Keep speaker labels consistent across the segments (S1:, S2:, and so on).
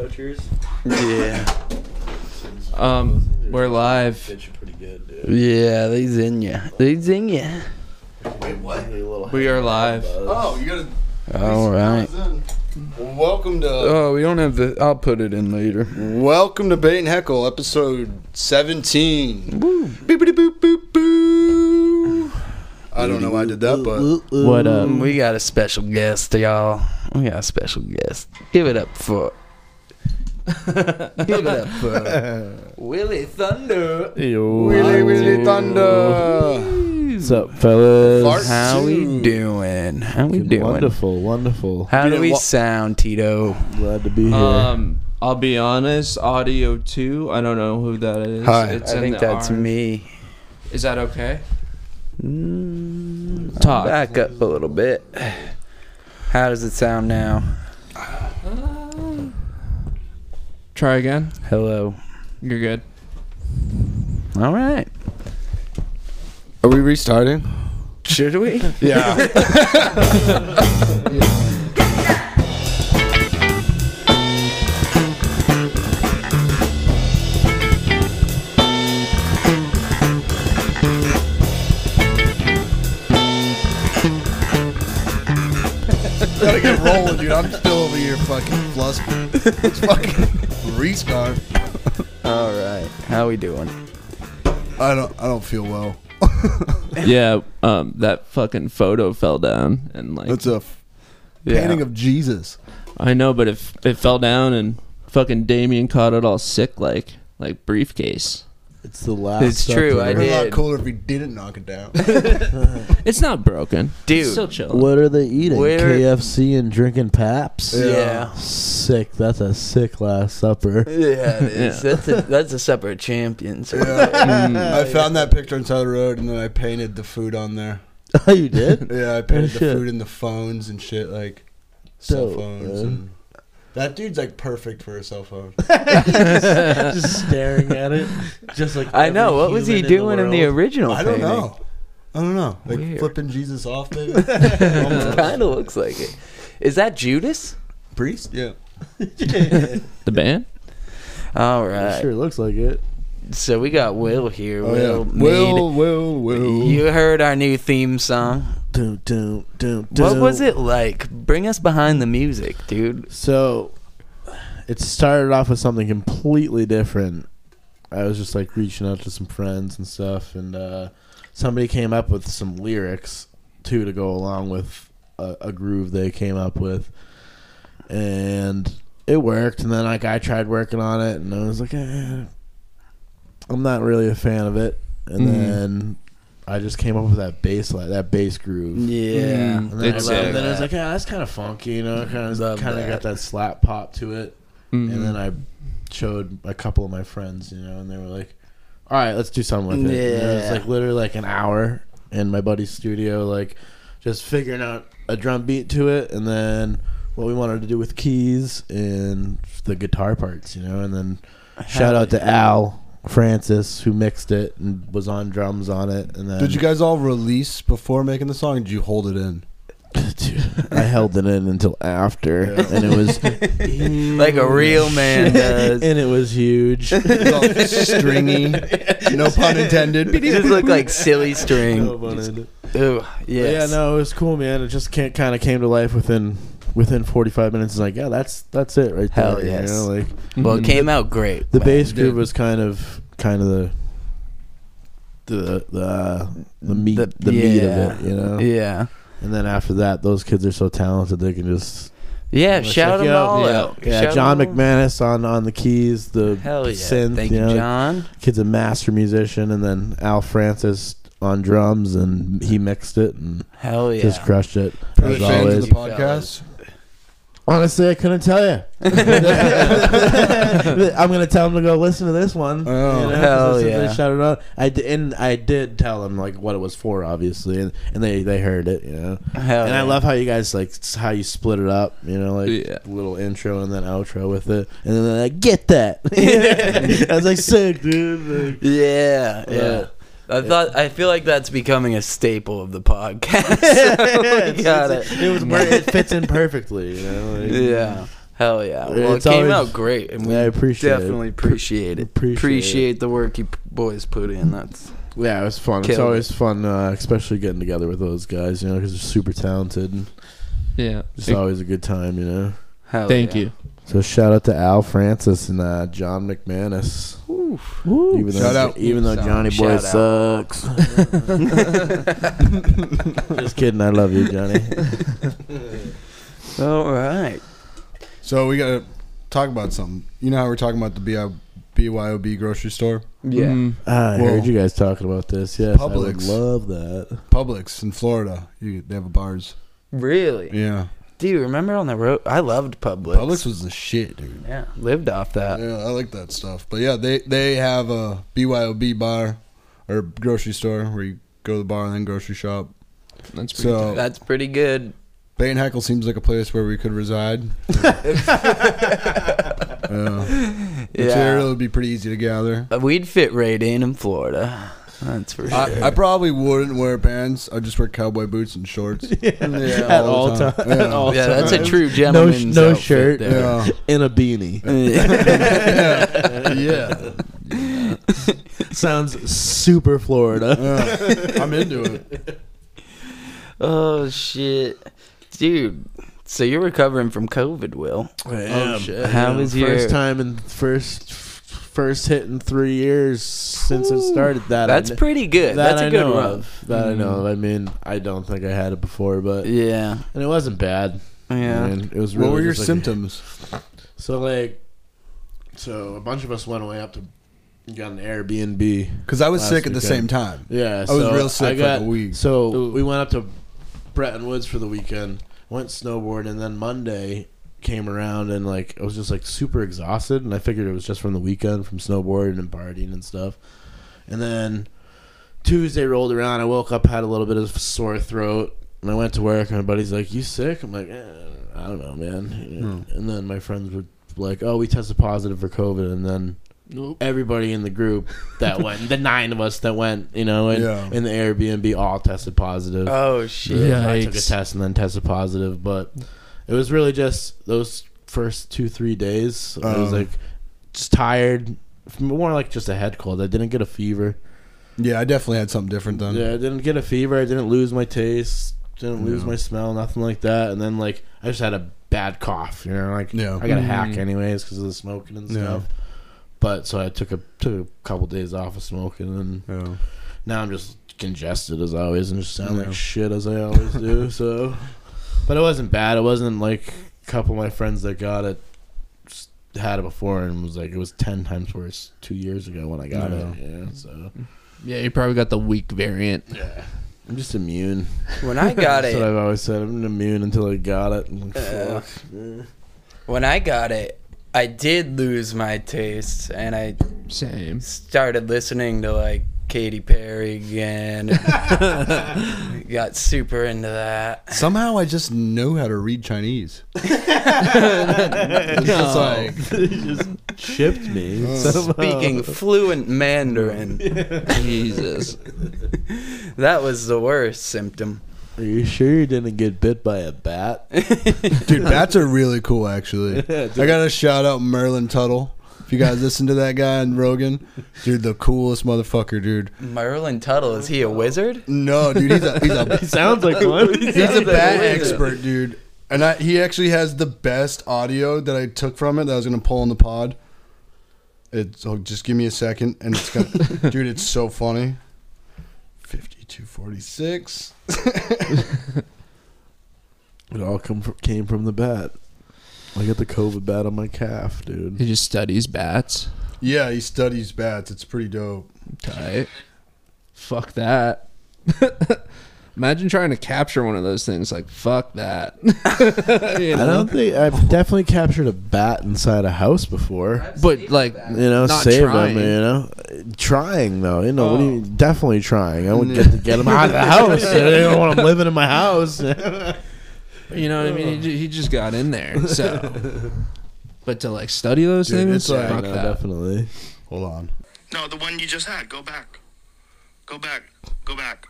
S1: pictures.
S2: Yeah.
S3: Um, we're live.
S4: Get you pretty good, dude.
S2: Yeah, they zing ya. They zing ya.
S4: Wait, what?
S3: We are live.
S4: Oh, you gotta.
S2: All right.
S4: Welcome to.
S2: Oh, we don't have the. I'll put it in later.
S4: Welcome to Bait and Heckle, episode 17.
S2: Woo.
S4: Boopity boop boop boo. I don't know why I did that, but.
S3: What up?
S2: Mm, We got a special guest, y'all. We got a special guest. Give it up for. Give it up for Willie Thunder.
S4: Willy Willy Thunder.
S5: What's up, fellas?
S4: Fart
S2: How we
S4: suit.
S2: doing? How we doing?
S5: Wonderful, wonderful.
S2: How do
S4: Dude,
S2: we
S4: wha-
S2: sound, Tito?
S5: Glad to be here.
S2: Uh,
S3: Um, I'll be honest. Audio two. I don't know who that is.
S4: Hi.
S3: It's
S2: I
S3: in
S2: think
S3: the
S2: that's
S3: orange.
S2: me.
S3: Is that okay?
S2: Mm,
S3: Talk.
S2: Back up a little bit. How does it sound now?
S3: Try again.
S2: Hello.
S3: You're good.
S2: All right.
S4: Are we restarting?
S2: Should we?
S4: Yeah. Gotta get rolling, dude. I'm still over here fucking flustered. It's fucking restart.
S2: All right. How we doing?
S4: I don't. I don't feel well.
S3: yeah. Um, that fucking photo fell down and like.
S4: That's a f- painting of Jesus.
S3: I know, but if it, fell down and fucking Damien caught it all sick like like briefcase.
S5: it's the last.
S2: It's
S5: stuff
S2: true,
S5: to
S2: I
S4: It'd be a lot
S2: did.
S4: cooler if we didn't knock it down.
S3: It's not broken.
S2: Dude.
S3: it's still chilling.
S5: What are they eating?
S2: Where-
S5: KFC and drinking Paps.
S2: Yeah.
S5: Sick. That's a sick Last Supper.
S2: Yeah, it is.
S3: Yeah.
S2: That's a that's a separate champions.
S4: I found that picture on Tyler Road, and then I painted the food on there.
S5: oh, you did?
S4: Yeah, I painted the
S5: shit.
S4: food and the phones and shit, like cell
S5: Dope,
S4: phones.
S5: man.
S4: And that dude's like perfect for a cell phone.
S5: just staring at it. Just like
S2: I know. What was he doing in the original?
S4: I don't
S2: painting?
S4: know. I don't know. Like
S2: Weird.
S4: flipping Jesus off, maybe.
S2: It kind of looks like it. Is that Judas?
S4: Priest? Yeah.
S3: The band?
S2: All right.
S5: Sure looks like it.
S2: So we got Will here. Will, made-
S4: Oh, Will, Will, Will.
S2: You heard our new theme song.
S5: Doom, doom, doom,
S2: What
S5: doom.
S2: was it like? Bring us behind the music, dude.
S5: So it started off with something completely different. I was just like reaching out to some friends and stuff, and uh, somebody came up with some lyrics too to go along with a, a groove they came up with, and it worked. And then like I tried working on it, and I was like, eh, I'm not really a fan of it. And
S3: Mhm.
S5: then I just came up with that bass line, that bass groove.
S2: Yeah.
S3: Mm.
S5: And then,
S3: It's
S5: I,
S3: sick.
S5: loved it. I was like, yeah, that's kind of funky, you know, kind of
S2: Love
S5: kind of
S2: that. Mm-hmm.
S5: got that slap pop to it.
S3: Mm-hmm.
S5: And then I showed a couple of my friends, you know, and they were like, all right, let's do something with it. And it was
S2: Yeah.
S5: like literally like an hour in my buddy's studio, like just figuring out a drum beat to it and then what we wanted to do with keys and the guitar parts, you know, and then shout out to Al Francis who mixed it and was on drums on it and then
S4: Did you guys all release before making the song? Or did you hold it in?
S5: Dude, I held it in until after,
S4: Yeah.
S5: and it was
S2: Like a real man does.
S5: and it was huge.
S4: It was all stringy. No pun intended.
S2: It just looked like silly string.
S5: But
S2: Ooh, yes.
S5: Yeah, no, it was cool, man. It just can't, kind of came to life within within 45 minutes. It's like, yeah, that's that's it right
S2: Hell
S5: there. you
S2: yes.
S5: know, like
S3: Mm-hmm.
S2: Well, it came out great.
S5: Mm. the
S2: man.
S5: bass groove
S4: dude.
S5: was kind of kind of the the the uh, the meat the, meat of it, you know.
S2: Yeah.
S5: And then after that, those kids are so talented they can just
S2: Yeah,
S5: It's
S2: shout
S5: like,
S2: them
S5: yo,
S2: all
S3: yeah.
S2: out.
S5: yeah.
S2: Shout
S5: John
S2: them all-
S5: McManus on on the keys, the
S2: Hell yeah.
S5: synth.
S2: Thank
S5: you,
S2: you,
S5: know,
S2: John.
S5: kid's a master musician, and then Al Francis on drums, and he mixed it and
S2: Hell yeah.
S5: just crushed it
S4: Are they
S5: as
S4: fans of
S5: always.
S4: the podcast?
S5: Honestly, I couldn't tell you. I'm gonna tell him to go listen to this one.
S4: Oh.
S5: You know, 'cause
S2: Hell
S5: that's what
S2: yeah.
S5: They shouted out. I did, and I did tell him like what it was for, obviously, and, and they they heard it, you know.
S2: Hell
S5: and
S2: Oh, yeah.
S5: I love how you guys like s- how you split it up, you know, like
S3: Yeah.
S5: little intro and then outro with it, and then they're like get that. I was like sick, dude. Like,
S2: Yeah, yeah.
S5: Yeah.
S2: I thought I feel like that's becoming a staple of the podcast. We
S5: It's-
S2: Oh, got
S5: it's-
S2: it.
S5: It was where it fits in perfectly, you know. like-
S2: Yeah. Hell yeah. Well,
S5: It's
S2: it came
S5: always-
S2: out great, and we
S5: Yeah, I appreciate it.
S2: definitely appreciate it.
S5: Appreciate
S2: Appreciate,
S5: it.
S2: the work you p- boys put in. That's
S5: Yeah, it was fun. it's
S2: Killed
S5: always fun, uh, especially getting together with those guys, you know, because they're super talented. And
S3: Yeah.
S5: it's always a good time, you know.
S2: hell.
S3: Thank
S2: yeah.
S3: you.
S5: So shout out to Al Francis and uh, John McManus. Even
S4: Shout
S5: though,
S4: out.
S5: even though
S2: Shout
S5: Johnny
S2: out.
S5: Boy
S2: Shout
S5: sucks. Just kidding. I love you, Johnny.
S2: All right.
S4: So we gotta talk about something. You know how we're talking about the BI- BYOB grocery store,
S2: Yeah.
S3: Mm.
S5: Ah, I
S4: Well,
S5: heard you guys talking about this. Yes,
S4: Publix.
S5: I would love that.
S4: Publix in Florida. You, they have bars.
S2: Really?
S4: Yeah,
S2: Dude, remember on the road? I loved Publix.
S4: Publix was the shit, dude.
S2: Yeah. Lived off that.
S4: Yeah, I like that stuff. But yeah, they they have a BYOB bar or grocery store where you go to the bar and then grocery shop.
S3: That's pretty
S4: So
S2: That's pretty good.
S4: Bain Heckle seems like a place where we could reside. yeah. It's
S2: Yeah.
S4: It would be pretty easy to gather.
S2: Uh, We'd fit right in in Florida. That's for sure.
S4: I, I probably wouldn't wear pants. I'd just wear cowboy boots and shorts. Yeah,
S5: At all
S4: the
S5: time.
S4: Yeah.
S5: At all
S2: yeah, that's a true
S5: No, sh-
S2: gentleman's
S5: no
S2: outfit
S5: shirt
S2: there.
S4: Yeah.
S5: in a beanie.
S4: yeah. yeah.
S5: Sounds super Florida.
S4: Yeah. I'm into it.
S2: Oh shit, dude. So you're recovering from COVID, Will?
S5: Oh shit!
S2: How was
S5: first
S2: your-
S5: time in first first hit in three years since I
S2: Whew.
S5: started that?
S2: That's
S5: I kn-
S2: pretty good.
S5: that
S2: That's
S5: I
S2: a good
S5: know
S2: one.
S5: of. That I know. of. I mean, I don't think I had it before, but
S2: Yeah,
S5: and it wasn't bad. I
S2: yeah.
S5: mean, it was. Really
S4: What were your
S5: just like-
S4: symptoms?
S5: so like, so a bunch of us went away up to got an Airbnb.
S4: Because I was
S5: Last
S4: sick at the
S5: weekend.
S4: same time.
S5: Yeah,
S4: I was real sick
S5: I
S4: for
S5: got-
S4: like a week.
S5: So
S3: Ooh.
S5: we went up to Bretton Woods for the weekend, went snowboard, and then Monday came around and like I was just like super exhausted, and I figured it was just from the weekend from snowboarding and partying and stuff. And then Tuesday rolled around, I woke up had a little bit of sore throat, and I went to work. and My buddy's like, "You sick?" I'm like, eh, "I don't know, man."
S4: Hmm.
S5: And then my friends were like, "Oh, we tested positive for COVID," and then
S3: Nope.
S5: everybody in the group that went, the nine of us that went, you know, in,
S4: Yeah. Uh,
S5: in the Airbnb all tested positive.
S2: Oh shit.
S3: Yeah.
S5: I took a
S3: yikes.
S5: test and then tested positive, but it was really just those first two, three days. I was
S4: Um.
S5: like just tired, more like just a head cold. I didn't get a fever.
S4: Yeah, I definitely had something different then.
S5: Yeah, I didn't get a fever. I didn't lose my taste, didn't lose
S4: Yeah.
S5: my smell, nothing like that. And then, like, I just had a bad cough, you know, like,
S4: Yeah.
S5: I got a
S3: Mm.
S5: hack anyways because of the smoking and
S4: Yeah.
S5: stuff. But so I took a took a couple days off of smoking and
S4: Yeah.
S5: now I'm just congested as always and just sound
S4: Yeah.
S5: like shit as I always do. So, but it wasn't bad. It wasn't like a couple of my friends that got it s- had it before and was like it was ten times worse two years ago when I got it. Yeah, so
S3: Yeah, you probably got the weak variant.
S5: I'm just immune.
S2: When I got
S5: That's what
S2: it,
S5: I've always said. I'm immune until I got it. I'm like,
S2: Uh,
S5: fuck. Yeah.
S2: when I got it, I did lose my taste, and I
S3: Same.
S2: started listening to like Katy Perry again. and got super into that.
S4: Somehow I just know how to read Chinese. It's just like,
S5: Chipped me. uh,
S2: Speaking fluent Mandarin.
S3: Jesus.
S2: That was the worst symptom.
S5: Are you sure you didn't get bit by a bat?
S4: dude, bats are really cool, actually. I got to shout out Merlin Tuttle. If you guys listen to that guy in Rogan, dude, the coolest motherfucker, dude.
S2: Merlin Tuttle, is he a wizard?
S4: No, dude, he's a he's a,
S5: Sounds like one.
S4: he's a bat
S2: wizard.
S4: expert, dude. And I, he actually has the best audio that I took from it that I was gonna pull in the pod. It's oh, just give me a second, and it's gonna, dude, it's so funny. Fifty-two forty-six.
S5: It all come from, came from the bat. I got the COVID bat on my calf, dude.
S3: He just studies bats.
S4: Yeah, he studies bats. It's pretty dope.
S3: Tight. Fuck that. Imagine trying to capture one of those things. Like, fuck that. You
S5: I
S3: know?
S5: don't think I've definitely captured a bat inside a house before.
S3: But, like,
S5: You know,
S3: Not
S5: saved
S3: trying.
S5: them. You know, trying though. You know, what do you, definitely trying. I would
S4: Yeah.
S5: get to get them out of the house. I don't want them living in my house.
S3: you know what I mean? He, ju- he just got in there. So. But to, like, study those
S4: Dude,
S3: things?
S4: it's like-
S3: fuck
S5: no,
S3: that.
S5: definitely.
S4: Hold on.
S1: No, the one you just had. Go back. Go back. Go back.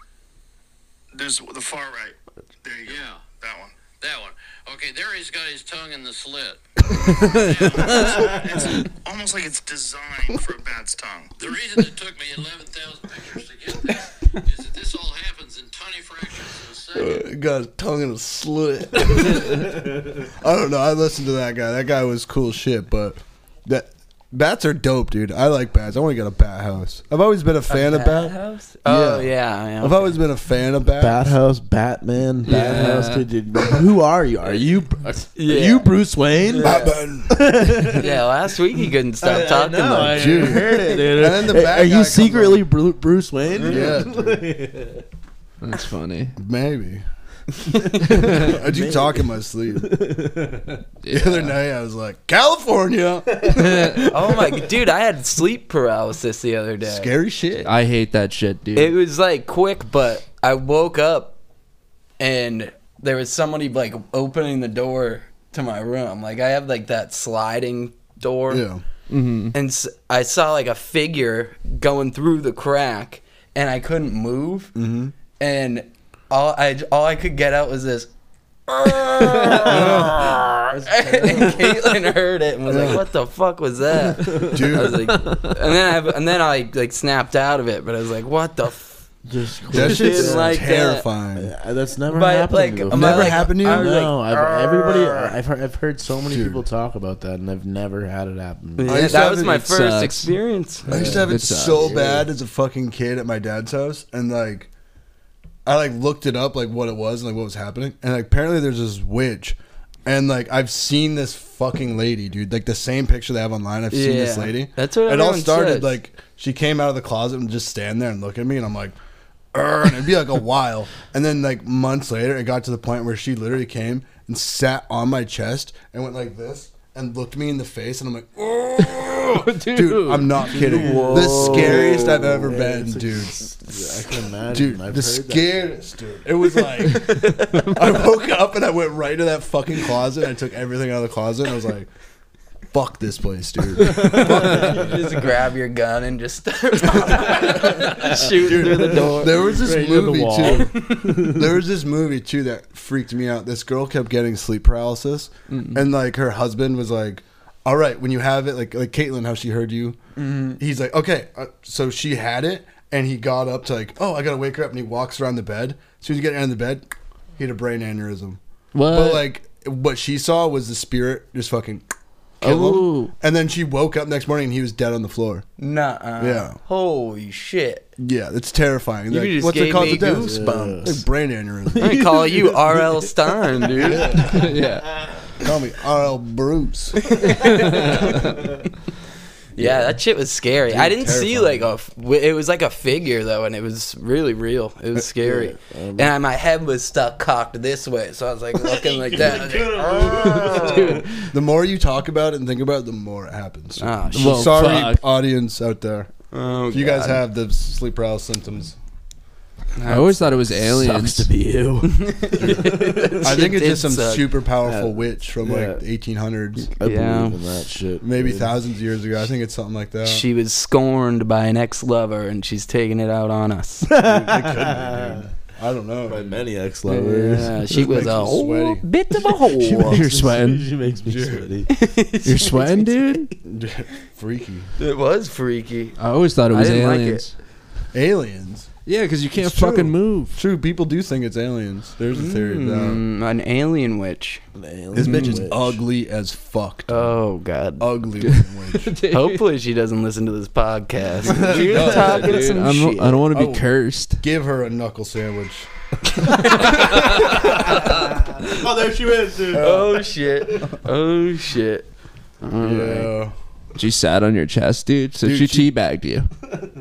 S1: There's the far right. There you go. Yeah. That one.
S6: That one. Okay, there he's got his tongue in the slit.
S1: It's almost like it's designed for a bat's tongue.
S6: The reason it took me 11,000 pictures to get this is that this all happens in tiny fractions of a second.
S4: Uh, Got his tongue in a slit. I don't know. I listened to that guy. That guy was cool shit, but that bats are dope, dude. I like bats. I want to get a bat house. I've always been a fan of bat.
S2: house? Oh
S4: Yeah.
S2: yeah. yeah
S4: I've always been a fan of bats.
S5: Bat House, Batman, Bat
S2: Yeah.
S5: House. Dude, dude, who are you? Are you are
S2: Yeah.
S5: you Bruce Wayne?
S4: Batman.
S2: yeah, last week he couldn't stop talking. like,
S4: Dude.
S5: heard it, dude.
S4: And then the
S5: Hey,
S4: bad
S5: are
S4: guy
S5: you
S4: comes
S5: secretly Bru- Bruce Wayne?
S4: Yeah, dude,
S3: That's funny.
S4: maybe. I do talk in my sleep. The other night, I was like, California,
S2: oh my dude, I had sleep paralysis the other day.
S4: scary shit.
S3: I hate that shit, dude.
S2: It was like quick, but I woke up and there was somebody like opening the door to my room. Like I have like that sliding door.
S4: Yeah,
S3: Mm-hmm.
S2: and s- I saw like a figure going through the crack, and I couldn't move, mm-hmm. and all I all I could get out was this. and Caitlin heard it and was like, "What the fuck was that?" I was
S4: dude,
S2: like, and then I and then I like snapped out of it, but I was like, "what the. F-?
S5: Just
S4: that shit's
S2: like that.
S4: terrifying.
S5: Uh, that's never
S2: But,
S5: happened
S2: like,
S5: to me.
S2: am
S5: before.
S2: I, like-
S4: happened to you?
S2: I was, like,
S5: no, I've, everybody. I've heard, I've heard so many
S4: Dude.
S5: people talk about that, and I've never had it happen.
S4: I used to
S2: that
S4: have
S2: was
S4: it-
S2: my
S4: it
S2: first
S3: sucks.
S2: experience.
S4: I used to have it
S3: It sucks.
S4: so bad as a fucking kid at my dad's house, and like, I like looked it up, like what it was, and like what was happening, and like apparently there's this witch, and like I've seen this fucking lady, dude, like the same picture they have online. I've seen this
S2: Yeah.
S4: lady.
S2: That's what
S4: it all
S2: everyone
S4: started.
S2: says.
S4: Like she came out of the closet and just stand there and look at me, and I'm like. "Arr," And it'd be like a while, and then like months later, it got to the point where she literally came and sat on my chest and went like this and looked me in the face, and I'm like, "Oh, dude, I'm not kidding. The scariest I've ever been, dude.
S5: I can imagine.
S4: Dude,
S5: I've
S4: the
S5: heard that.
S4: scariest, dude. It was like I woke up and I went right to that fucking closet. And I took everything out of the closet and I was like, "Fuck this place, dude."
S2: just grab your gun and just start shoot through the door.
S4: There was this
S5: Right into the
S4: movie
S5: wall.
S4: too. There was this movie too that freaked me out. This girl kept getting sleep paralysis, and like her husband was like, "All right, when you have it, like like Caitlin, how she heard you." He's like, "Okay," uh, so she had it, and he got up to like, "Oh, I gotta wake her up," and he walks around the bed. As soon as he got out of the bed, he had a brain aneurysm.
S3: What?
S4: But like, what she saw was the spirit just fucking. Kill him.
S3: Ooh.
S4: And then she woke up next morning and he was dead on the floor.
S2: Nuh-uh.
S4: Yeah.
S2: Holy shit.
S4: Yeah, it's terrifying.
S2: You
S4: Like,
S2: just
S4: what's it
S2: gave
S4: called?
S2: me
S4: The death?
S2: goosebumps.
S4: Like brain aneurysm.
S2: I'm gonna call you R.L. Stein, dude.
S3: yeah.
S4: Call me R.L. Bruce.
S2: Yeah, that shit was scary. I didn't see
S4: terrifying.
S2: like a. f- w- It was like a figure though, and it was really real. It was scary,
S4: um,
S2: and I, my head was stuck cocked this way, so I was like looking like that. I was like,
S4: The more you talk about it and think about it, the more it happens.
S2: Oh,
S4: So
S3: Well,
S4: sorry,
S3: fuck.
S4: audience out there.
S2: oh,
S4: If you guys
S2: God.
S4: have the sleep paralysis symptoms,
S3: I always thought it was
S5: Sucks to
S3: aliens.
S5: be you.
S4: I think it's just
S2: It did
S4: some
S2: suck.
S4: super powerful
S5: Yeah.
S4: witch from
S5: Yeah.
S4: like the 1800s,
S5: I
S2: Yeah.
S5: believe in that shit.
S4: maybe
S5: dude.
S4: thousands of years ago. I think it's something like that.
S2: She was scorned by an ex-lover, and she's taking it out on us.
S4: I don't know.
S5: by many ex-lovers.
S2: yeah, she
S4: This
S2: was
S4: makes me
S2: a whole
S4: sweaty.
S2: bit of a whore.
S3: You're sweating.
S5: She makes me sweaty.
S3: You're sweating, dude.
S4: Freaky
S2: it was freaky.
S3: I always thought it
S2: I
S3: was
S2: didn't like
S3: aliens.
S4: aliens.
S3: Yeah, because you can't
S4: It's true.
S3: fucking move.
S4: True, people do think it's aliens. There's a theory of that.
S2: Mm, an alien witch.
S4: This bitch is ugly as fuck. dude.
S2: Oh God.
S4: ugly looking witch.
S2: Hopefully she doesn't listen to this podcast. You're
S4: does,
S2: talking
S3: Dude,
S2: some
S3: I'm,
S2: shit.
S3: I don't want to be
S4: Oh.
S3: cursed.
S4: Give her a knuckle sandwich.
S5: Oh, there she is, dude.
S2: oh shit. Oh shit.
S4: Yeah.
S3: She sat on your chest, dude. So
S4: Dude,
S3: she
S4: she-
S3: teabagged you.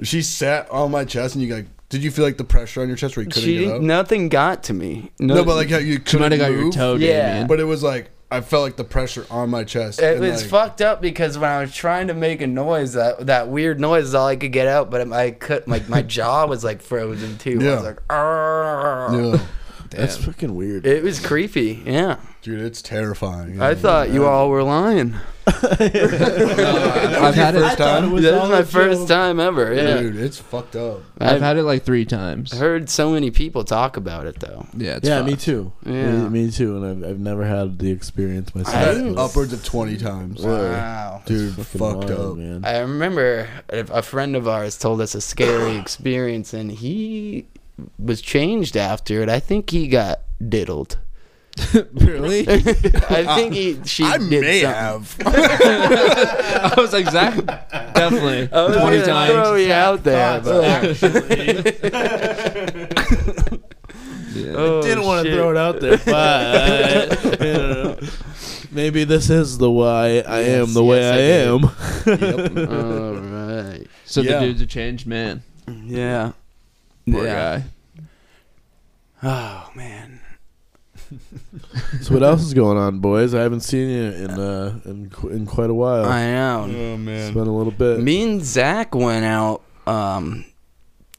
S4: She sat on my chest, and you like, did you feel like the pressure on your chest where you couldn't
S2: She
S4: get up?
S2: didn't, nothing got to me.
S4: No, but like how you
S3: She
S4: couldn't
S3: might have got your
S4: move,
S3: toe,
S2: Yeah.
S3: Damien.
S4: But it was like I felt like the pressure on my chest.
S2: it
S4: and,
S2: was
S4: like,
S2: fucked up because when I was trying to make a noise, that that weird noise is all I could get out. But I could, like, my jaw was like frozen too. I
S4: Yeah.
S2: was like, "Arr."
S4: Yeah.
S5: That's fucking weird.
S2: it was creepy. Yeah,
S4: Dude, it's terrifying.
S2: I thought you all were lying.
S3: I've had
S4: first
S3: it.
S5: thought
S4: time?
S5: it was
S2: This
S5: all
S2: is my
S5: a
S2: first
S5: joke.
S2: time ever. Yeah.
S4: Dude, it's fucked up.
S3: I've had it like three times.
S2: I heard so many people talk about it though.
S3: Yeah, it's
S5: Yeah,
S3: fucked.
S5: me too.
S2: Yeah.
S5: Me, me too. And I've, I've never had the experience myself.
S4: I've had
S5: It
S4: it
S5: was
S4: upwards of 20 times.
S2: Wow.
S4: Dude,
S5: fucking
S4: fucked
S5: wild,
S4: up.
S5: man.
S2: I remember a a friend of ours told us a scary experience, and he was changed after it. I think he got diddled.
S3: really?
S2: I think he she
S4: I
S2: did
S4: may have.
S2: something.
S3: I was like, Zach, definitely
S2: I was
S3: twenty
S2: gonna Oh, Throw
S3: times.
S2: you out there, but
S3: Yeah.
S2: oh,
S5: Didn't want to
S2: shit.
S5: throw it out there, but you know, maybe this is the why I am
S2: Yes,
S5: the way
S2: yes,
S5: I, am.
S2: All right.
S3: Uh, So
S4: Yeah.
S3: the dude's a changed man.
S2: Yeah.
S3: Poor
S2: yeah.
S3: guy.
S2: Oh man.
S5: so what else is going on, boys? I haven't seen you in uh, in qu- in quite a while.
S2: I know.
S4: oh,
S5: it's
S4: man.
S5: been a little bit.
S2: Me and Zach went out um,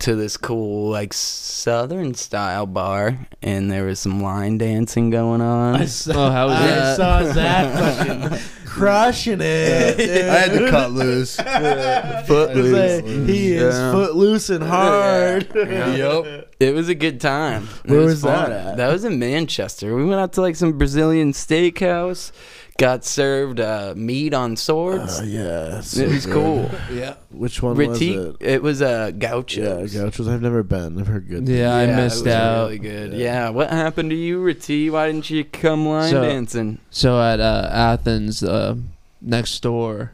S2: to this cool like southern style bar, and there was some line dancing going on.
S3: Oh, how was
S2: I-
S3: that?
S2: saw
S5: Zach fucking crushing it.
S4: I had to cut loose.
S2: Footloose.
S5: he
S2: is Yeah.
S5: footloose and hard.
S4: yep.
S2: It was a good time. It
S5: Where was
S2: fun.
S5: that at?
S2: That was in Manchester. We went out to like some Brazilian steakhouse, got served uh, meat on swords.
S5: Oh, yeah,
S2: it was cool.
S4: Yeah.
S5: Which one was
S2: Ritique,
S5: it?
S2: it? was a uh,
S5: Yeah,
S2: gauchos.
S5: gauchos. I've never been. I've heard good.
S3: Yeah, I
S2: Yeah, it
S3: missed
S2: was
S3: out.
S2: Really good. Yeah. What happened to you, Rati? Why didn't you come line
S3: So-
S2: dancing?
S3: So at uh, Athens, uh, next door,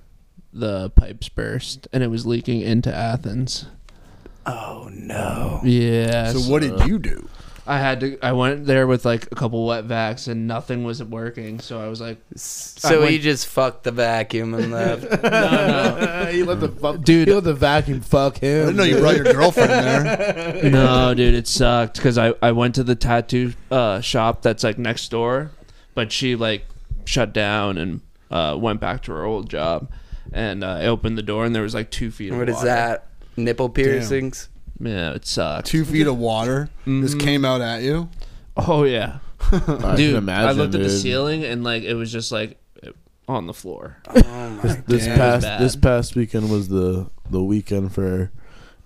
S3: the pipes burst and it was leaking into Athens.
S2: Oh no.
S3: Yeah.
S4: So, what did you do?
S3: I had to. I went there with like a couple wet vacs and nothing was working. So I was like,
S2: So
S3: I
S2: he
S3: went-
S2: just fucked the vacuum and left.
S5: he let the fuck,
S3: Dude.
S5: He let the vacuum fuck
S4: I
S5: him.
S4: didn't know you brought your girlfriend there.
S3: no, dude, it sucked because I I went to the tattoo uh, shop that's like next door, but she like shut down and uh, went back to her old job. And uh, I opened the door and there was like two feet. Of
S2: what is
S3: water.
S2: that? Nipple piercings?
S3: Yeah, it sucked.
S4: Two feet of water. This came out at you.
S3: Oh yeah,
S5: I
S3: dude.
S5: can imagine,
S3: I looked at the
S5: dude.
S3: ceiling and like it was just like on the floor.
S5: This
S4: Damn.
S5: past
S3: Bad.
S5: this past weekend was the the weekend for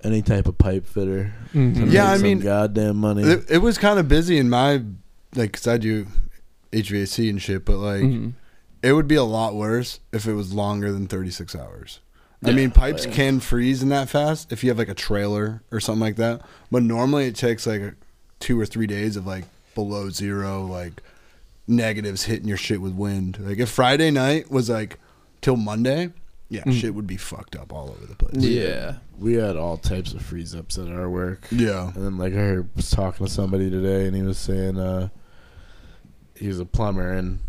S5: any type of pipe fitter. To
S4: Yeah,
S5: make
S4: I
S5: some
S4: mean-
S5: goddamn money.
S4: It, it was kind of busy in my, like, because I do HVAC and shit, but, like, it would be a lot worse if it was longer than 36 hours. I mean, pipes can freeze in that fast if you have, like, a trailer or something like that. But normally it takes, like, two or three days of, like, below zero, like, negatives hitting your shit with wind. Like, if Friday night was, like, till Monday, yeah, shit would be fucked up all over the place.
S3: Yeah,
S5: we had all types of freeze ups at our work.
S4: Yeah.
S5: And then like I heard, was talking to somebody today, and he was saying uh, he's a plumber, and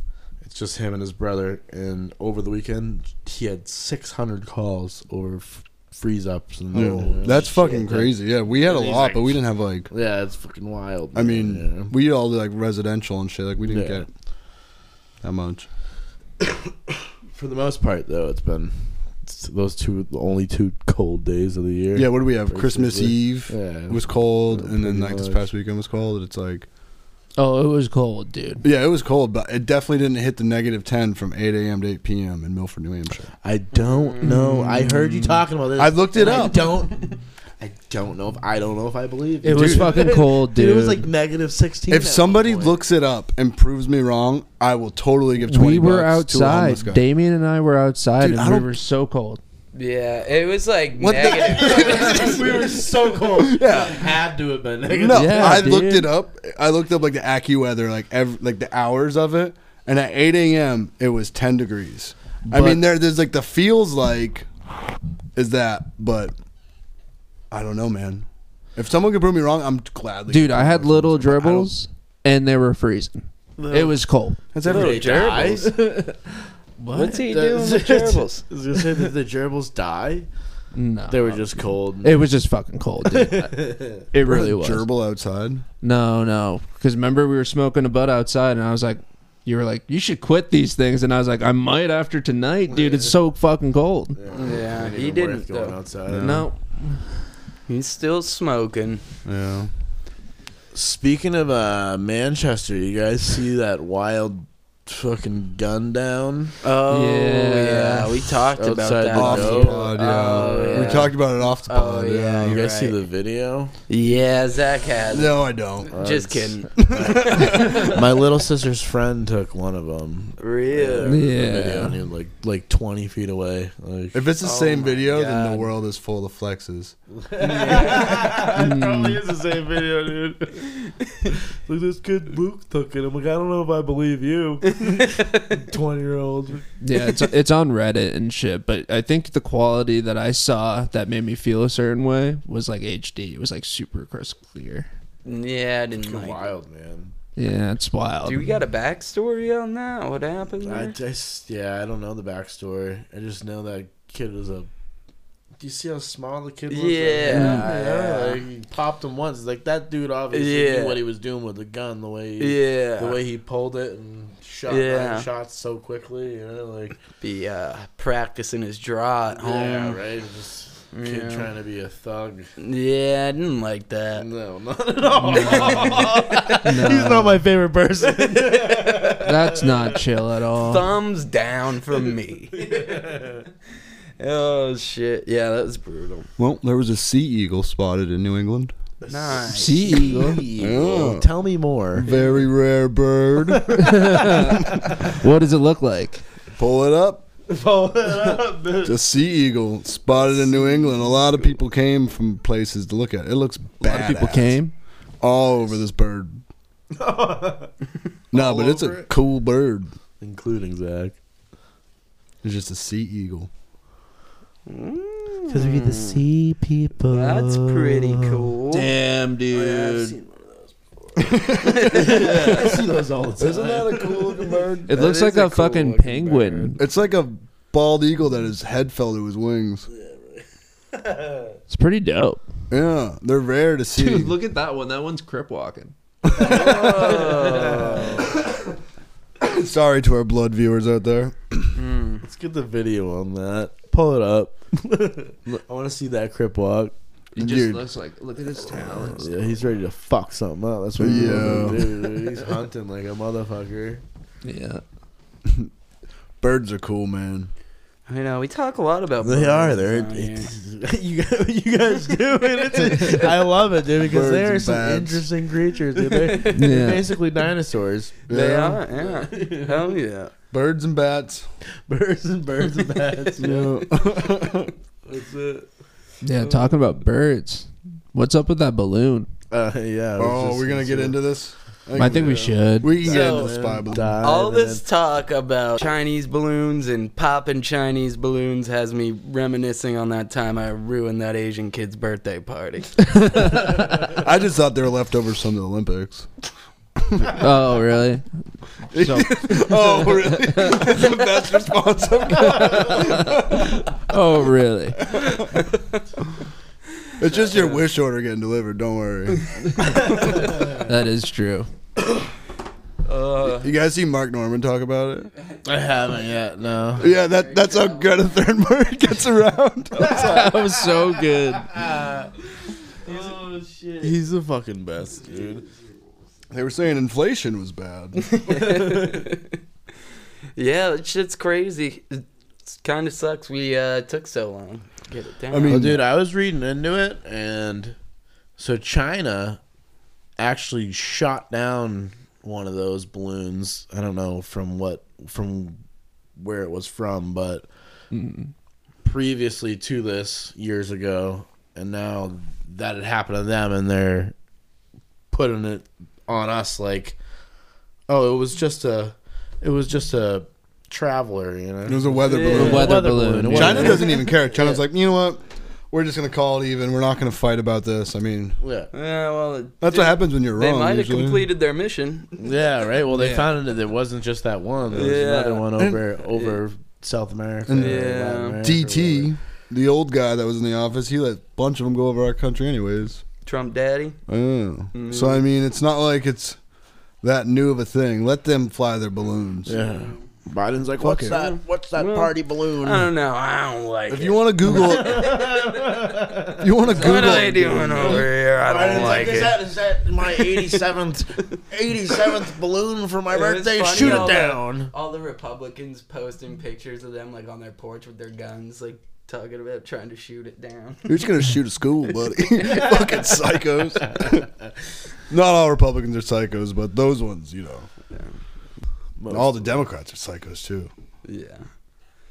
S5: it's just him and his brother. And over the weekend, he had 600 calls over f- freeze ups and
S4: Yeah. Oh, That's fucking crazy. Yeah, we had a lot, but we didn't have like.
S5: Yeah, it's fucking wild.
S4: I mean,
S5: yeah.
S4: we all did like residential and shit. Like we didn't
S5: Yeah.
S4: get that much.
S5: for the most part, though, it's been it's those two the only two cold days of the year.
S4: Yeah, what do we have?
S5: Basically.
S4: Christmas Eve
S5: Yeah.
S4: was cold, and
S5: Pretty
S4: then like this
S5: much.
S4: past weekend was cold. It's like,
S3: Oh, it was cold, dude.
S4: yeah, it was cold, but it definitely didn't hit the negative ten from eight a.m. to eight p.m. in Milford, New Hampshire.
S5: I don't know. I heard you talking about this.
S4: I looked it
S5: and I
S4: up.
S5: don't. I don't know if I don't know if I believe
S3: It was fucking cold,
S5: Dude, it was
S3: dude.
S5: like negative sixteen.
S4: If
S5: at one
S4: somebody
S5: point.
S4: looks it up and proves me wrong, I will totally give twenty.
S3: We were
S4: bucks to a homeless
S3: outside.
S4: guy.
S3: Damien and I were outside,
S4: Dude, I
S3: and we
S4: don't-
S3: were so cold.
S2: Yeah, it was like
S4: What the-
S2: negative.
S5: we were so cold.
S4: Yeah.
S5: It had to have been negative.
S4: No,
S3: Yeah,
S4: I
S3: dude.
S4: looked it up. I looked up like the AccuWeather, like ev like the hours of it, and at 8 a.m. it was 10 degrees. I
S5: But-
S4: mean, there there's like the feels like is that, but I don't know, man. If someone could prove me wrong, I'm gladly.
S3: Dude, I had little
S4: don't-
S3: dribbles, and they were freezing. It was cold.
S4: That's every day.
S5: gerbils.
S2: What's he doing with gerbils?
S5: I was gonna say that the gerbils die.
S3: No,
S5: They were just cold.
S3: it was just fucking cold, dude. it really was.
S4: gerbil outside.
S3: No, no, because remember we were smoking a bud outside, and I was like, "You were like, you should quit these things," and I was like, "I might after tonight, dude. It's so fucking cold."
S2: Yeah,
S5: Ain't
S2: he
S5: even
S2: didn't.
S5: worth going
S2: Though.
S5: outside.
S3: No,
S2: He's still smoking.
S4: Yeah.
S5: Speaking of uh, Manchester, you guys see that wild fucking gun down.
S2: Oh yeah,
S3: Yeah.
S2: we talked about
S5: Outside
S2: that.
S5: the
S4: off the
S5: dope.
S4: pod, yeah.
S2: Oh, yeah.
S4: We talked about it off the
S2: Oh,
S4: pod,
S2: yeah,
S4: yeah.
S5: You
S2: you're
S5: guys see
S2: right.
S5: the video?
S2: Yeah, Zach has. it.
S4: No, I don't.
S2: Just
S5: That's-
S2: kidding.
S5: My little sister's friend took one of them.
S2: Real.
S5: video, and he was like like twenty feet away. Like,
S4: If it's the
S2: Oh
S4: same
S2: my
S4: video, then the
S2: God.
S4: world is full of flexes.
S5: It probably is the same video, dude. Look, this kid Luke took it. I'm like, I don't know if I believe you. 20 year old.
S3: Yeah, it's it's on Reddit and shit, but I think the quality that I saw that made me feel a certain way was like HD. It was like super crisp clear.
S2: Yeah, I didn't like. it.
S5: wild, man.
S3: Yeah, it's wild.
S2: Do we got a backstory on that? What happened?
S5: I
S2: There?
S5: just, yeah, I don't know the backstory. I just know that kid was a. Do you see how small the kid was? Like, Mm-hmm.
S2: Yeah.
S5: yeah, Like, he popped him once. Like, that dude obviously
S2: Yeah.
S5: knew what he was doing with the gun, the way he,
S2: yeah.
S5: the way he pulled it and shot
S2: Yeah.
S5: right shots so quickly, you know? Like,
S2: Be uh, practicing his draw at
S5: yeah,
S2: home. Yeah,
S5: right? Just kid
S2: Oh. Yeah. Uh,
S5: trying to be a thug.
S2: I didn't like that.
S5: No, not at all. He's not my favorite person.
S3: That's not chill at all.
S2: Thumbs down from me. oh shit! Yeah, that was brutal.
S4: Well, there was a sea eagle spotted in New England.
S2: Nice.
S3: Sea eagle.
S4: Yeah.
S5: Tell me more.
S4: Very rare bird.
S3: What does it look like?
S4: Pull it up. The sea eagle spotted in New England. A lot of people came from places to look at. It It looks
S3: A
S4: bad.
S3: lot of people came.
S4: all over this bird. no, but it's a cool bird.
S5: Including Zach.
S4: It's just a sea eagle.
S5: Because we get to see people.
S2: That's pretty
S5: Uh,
S2: cool.
S3: Damn,
S5: I see those all the time.
S4: Isn't that a cool looking bird?
S3: It
S2: That
S3: looks
S2: is
S3: like
S2: a
S3: a,
S2: cool
S3: fucking
S2: looking
S3: penguin.
S4: It's like a bald eagle that his head fell to his wings.
S3: It's pretty dope.
S4: Yeah, they're rare to see.
S3: at that one. That one's crip walking.
S4: Sorry to our blood viewers out there.
S5: Let's get the video on that. Pull it up. I want to see that crip walk.
S3: He
S4: just Dude.
S3: looks like look at his talents.
S5: Yeah, he's ready to fuck something up. That's what he's
S4: Yeah.
S5: dude. He's hunting like a motherfucker.
S3: Yeah.
S4: Birds are cool, man.
S2: You know, we talk a lot about.
S5: They are.
S2: birds
S5: They're
S2: on here.
S5: you guys, you guys do it. It's a, I love it, dude,
S4: Birds
S5: because they are
S4: and
S5: some
S4: bats.
S5: interesting creatures. Dude. They're, they're
S3: Yeah.
S5: basically dinosaurs.
S2: They
S4: Yeah.
S2: are. Yeah. Hell yeah.
S4: Birds and bats.
S5: Birds and birds and bats.
S4: Yeah.
S5: That's it.
S3: Yeah, talking about birds. What's up with that balloon?
S5: Uh, yeah. I was
S4: oh,
S5: just
S4: we're gonna
S5: gonna
S4: get
S5: say-
S4: into this.
S3: I think we should.
S4: We can get
S2: So-
S4: into the spy balloon.
S5: Dive
S2: All
S5: and
S2: this talk about Chinese balloons and popping Chinese balloons has me reminiscing on that time I ruined that Asian kid's birthday party.
S4: I just thought they were leftovers from the Olympics.
S3: Oh, really? So,
S4: oh, really? the best response. I've got.
S3: oh, really?
S4: It's just your wish order getting delivered. Don't worry.
S3: That is true.
S4: You guys see Mark Norman talk about it?
S5: then- I haven't yet. No.
S4: Yeah, that that's how Greta Thunberg gets around.
S3: that was so good.
S2: Oh,
S5: He's the fucking best, dude.
S4: they were saying inflation was bad.
S2: yeah, that shit's crazy. It kind of sucks we uh, took so long to get it down.
S4: I mean-
S5: Well, dude, I was reading into it, and so China actually shot down one of those balloons. I don't know from what from where it was from, but previously to this years ago, and now that had happened to them, and they're putting it on us like, oh, it was just a, it was just a traveler, you know.
S4: It was a weather
S2: Yeah.
S4: balloon.
S3: The weather,
S5: Weather
S3: balloon.
S5: balloon.
S3: yeah.
S4: China doesn't even care. China's like, you know what? We're just gonna call it even. We're not gonna fight about this. I mean,
S5: yeah.
S2: yeah, well, it-
S4: that's what happens when you're
S2: They
S4: wrong.
S2: might have
S4: usually.
S2: completed their mission.
S5: Yeah, right. Well, they found that there wasn't just that one. There was
S2: Yeah.
S5: another one over over South America.
S4: And
S5: or
S2: Yeah.
S5: Latin America or
S4: DT, the old guy that was in the office, he let a bunch of them go over our country, anyways.
S2: Trump daddy.
S4: Oh. So I mean, it's not like it's that new of a thing. Let them fly their balloons.
S5: whatever. Yeah. Biden's like,
S4: Fuck
S5: what's
S4: it.
S5: that? What's that
S2: Well,
S5: party balloon?
S2: I don't know. I don't like
S4: Mm. If
S2: it.
S4: you want to Google, You want to Google?
S2: What are they
S4: it,
S2: doing
S4: dude.
S2: over here? I don't like
S5: is,
S2: it.
S5: That, is that my 87th, 87th balloon for my
S2: It was
S5: birthday?
S2: funny
S5: Shoot
S2: how
S5: it
S2: the-
S5: down.
S2: all the Republicans posting pictures of them like on their porch with their guns, like talking about trying to shoot it down.
S4: You're just gonna shoot a school, buddy. Fucking psychos. Not all Republicans are psychos, but those ones, you know. All the Democrats are psychos too.
S2: Yeah.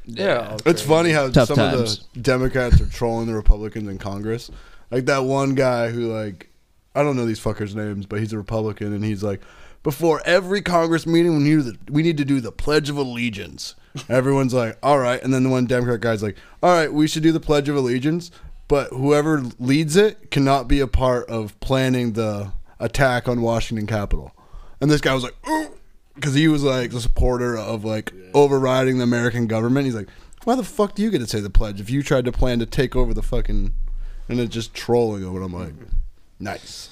S2: Yeah.
S4: It's funny how
S3: Tough
S4: some
S3: times.
S4: of the Democrats are trolling the Republicans in Congress. Like that one guy who like I don't know these fuckers' names, but he's a Republican and he's like before every Congress meeting we need the, we need to do the Pledge of Allegiance. Everyone's like, "All right." And then the one Democrat guy's like, "All right, we should do the Pledge of Allegiance, but whoever leads it cannot be a part of planning the attack on Washington Capitol." And this guy was like, "Ooh." because he was like the supporter of like overriding the American government. He's like, why the fuck do you get to say the pledge if you tried to plan to take over the fucking and it's just trolling over. I'm like, nice.